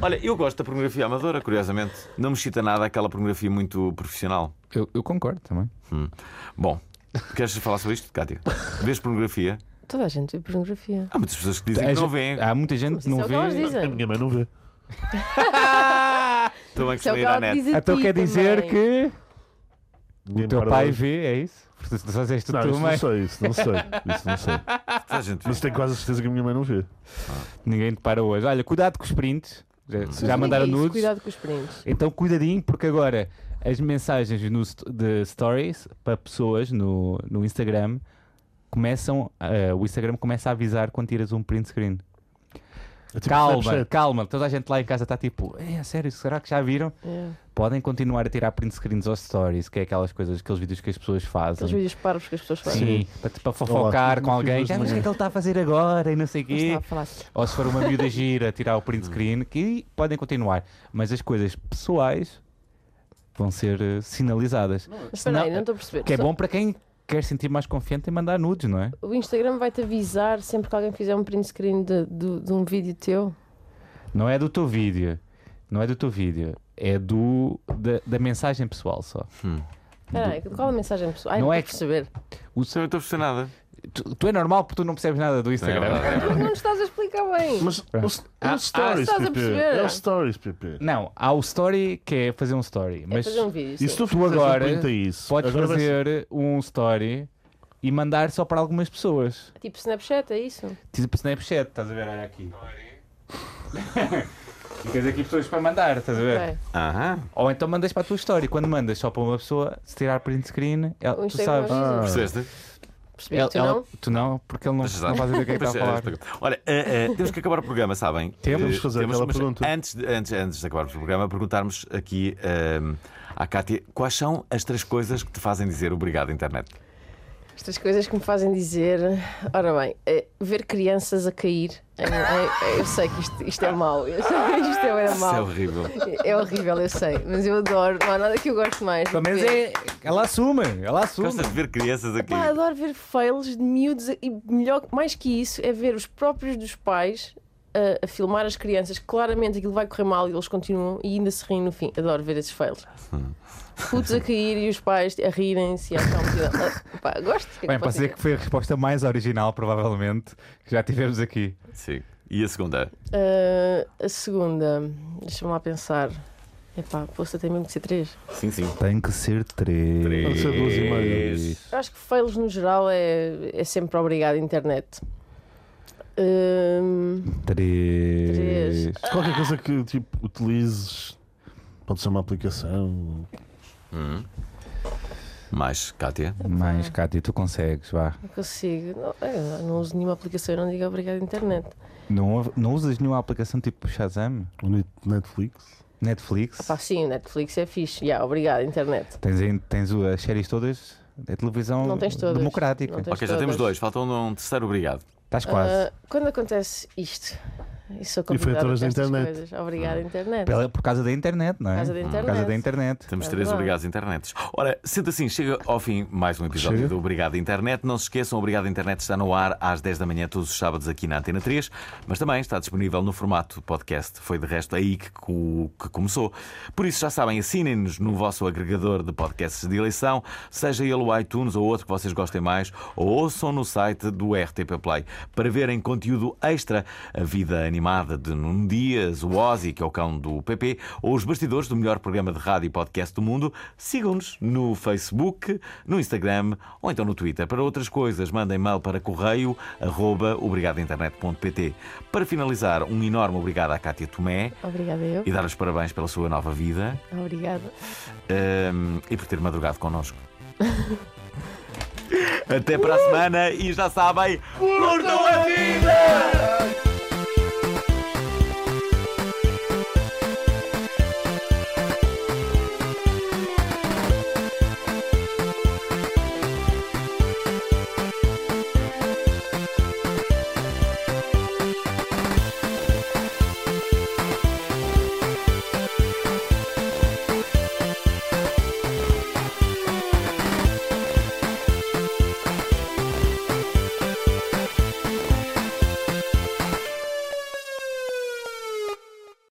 Olha, eu gosto da pornografia amadora, curiosamente. Não me excita nada aquela pornografia muito profissional.
Eu, eu concordo também.
Bom, queres falar sobre isto, Cátia? Vês pornografia?
Toda a gente vê pornografia.
Há muitas pessoas que dizem
É,
que não vêem.
Há muita gente
Mas
que
isso
não
é o que
vê.
elas dizem.
A minha mãe não vê.
Também
Isso
gostei
é o
de
que
ir à
ela
net.
diz a
Então
ti
quer dizer
também.
que o
Ninguém
teu
para
pai
de-
vê, é isso? Portanto, tu fazeste
Não,
tu,
isso não
mãe.
sei, isso não sei.
*laughs*
Isso não sei.
Toda a gente vê.
Mas tenho quase a certeza que a minha mãe não vê.
Ninguém te para hoje. Olha, cuidado com os prints. Já, já
Mas
mandaram
é isso,
nudes.
Cuidado com os prints.
Então cuidadinho, porque agora as mensagens no st- de stories para pessoas no, no Instagram começam. eh, o Instagram começa a avisar quando tiras um print screen.
É tipo
calma,
Snapchat.
calma. Toda a gente lá em casa está tipo, é sério, será que já viram?
É.
Podem continuar a tirar print screens aos stories, que é aquelas coisas, aqueles vídeos que as pessoas fazem.
Aqueles vídeos parvos que as pessoas fazem.
Sim, para, tipo, para fofocar
Olá,
com alguém.
motivos
Já mas o
de-
que é que ele está a fazer agora e não sei o
Mas
quê.
estava a falar.
Ou se for uma miúda gira, tirar o print screen, que podem continuar. Mas as coisas pessoais vão ser eh, sinalizadas.
Mas espera aí,
Não,
não estou a perceber.
Que é
Só-
bom para quem quer sentir mais confiante em mandar nudes, não é?
O Instagram vai-te avisar sempre que alguém fizer um print screen de, de- de um vídeo teu.
Não é do teu vídeo. Não é do teu vídeo. É do, da, da mensagem pessoal só.
Espera aí, qual a mensagem pessoal? Ai,
Não
não
é
é perceber.
O-
Eu não estou a perceber nada.
tu, tu é normal porque tu não percebes nada do
É
Instagram.
verdade, é verdade.
Porque não estás a explicar bem.
Mas o- é
Ah, ah,
o Stories,
estás a
PP.
perceber?
É o Stories, PP.
não, há o story que é fazer um story.
É
Mas
fazer um vídeo.
E se
sim.
Tu
tu fizeres
agora
um print a isso,
podes
agora vai ser-
fazer um story e mandar só para algumas pessoas.
Tipo Snapchat, é isso?
Tipo Snapchat, estás a ver? Olha aqui. *laughs* e tens aqui pessoas para mandar, estás a ver?
Ok.
Aham.
Ou então mandas para a tua história. Quando mandas só para uma pessoa, se tirar print screen, ela-
O
tu
Instagram
sabes.
Ah.
Percebeste?
Percebi,
Ela-
tu
ela-
não?
tu não, porque ele não,
Mas já-
não faz ideia do
*laughs*
que é que
Pois
está a
é,
falar.
esta- Olha, eh, eh, temos que acabar o programa, sabem?
Temos
Eh,
que fazer aquela
mas
pergunta.
Antes de, antes, antes de acabarmos o programa, perguntarmos aqui ehm, à Cátia quais são as três coisas que te fazem dizer obrigado, internet.
Estas coisas que me fazem dizer. Ora bem, eh, ver crianças a cair. em- em- Eu sei que isto, isto é mau. Eu sei que isto é
Isso é
mau.
horrível.
É horrível, eu sei. Mas eu adoro. Não há nada que eu gosto mais. do
Pelo
que
menos
ver.
é. Ela assume, ela assume.
Gostas de ver crianças aqui?
Pá, adoro ver fails de miúdos e melhor, mais que isso é ver os próprios dos pais eh, a, a filmar as crianças. Claramente aquilo vai correr mal e eles continuam e ainda se riem no fim. Adoro ver esses fails.
Hum.
Putos a cair e os pais a rirem-se e a achar
*laughs*
um bocadinho- Ah, pá, Gosto. o que é que
Bem, pode
posso
ser que foi a resposta mais original, provavelmente, que já tivemos aqui.
Sim. E a segunda?
Ah, a segunda, deixa-me lá pensar. Epá, posso até mesmo que ser três.
Sim, sim.
Tem que ser três.
Pode ser duas
é
e meia.
Eu acho que fails no geral é, é sempre obrigado, internet. Ah,
Três.
Três.
Qualquer coisa que tipo, utilizes, pode ser uma aplicação.
Hum. Mais, Cátia?
Mais, Cátia, tu consegues, vá.
não consigo. Não, eu não uso nenhuma aplicação e não digo obrigado, internet.
Não, houve- não usas nenhuma aplicação tipo Shazam?
um Netflix.
Netflix?
Pá, sim, o Netflix é fixe. Já, obrigado, internet.
Tens, aí- tens o- as séries todas da televisão
Não tens todas.
democrática.
Não tens
Ok, já temos
todas.
dois. Falta um, um terceiro, obrigado.
Estás quase.
Ah, quando acontece isto, e sou
foi
convidada
através da
para estas
internet. Ah.
coisas. Obrigado, internet.
Pela- por causa da internet, não é?
Por causa da internet.
Por causa da internet.
Temos
É
três
verdade.
obrigados internets. Ora, sendo assim, chega ao fim mais um episódio
Chega.
do Obrigado Internet. Não se esqueçam, Obrigado Internet está no ar às 10 da manhã, todos os sábados aqui na Antena 3, mas também está disponível no formato podcast. Foi de resto aí que, co- que começou. Por isso, já sabem, assinem-nos no vosso agregador de podcasts de eleição, seja ele o iTunes ou outro que vocês gostem mais, ou ouçam no site do RTP Play para verem conteúdo extra, a vida animada de Nuno Dias, o Ozzy, que é o cão do PP, ou os bastidores do melhor programa de rádio e podcast do mundo. Sigam-nos no Facebook, no Instagram ou então no Twitter. Para outras coisas, mandem mail para correio arroba obrigadointernet.pt. Para finalizar, um enorme obrigado à Cátia Tomé
Obrigada eu.
e dar os parabéns pela sua nova vida
Obrigada.
hum, e por ter madrugado connosco. Ε, Até para a semana e já sabem, curtam a vida!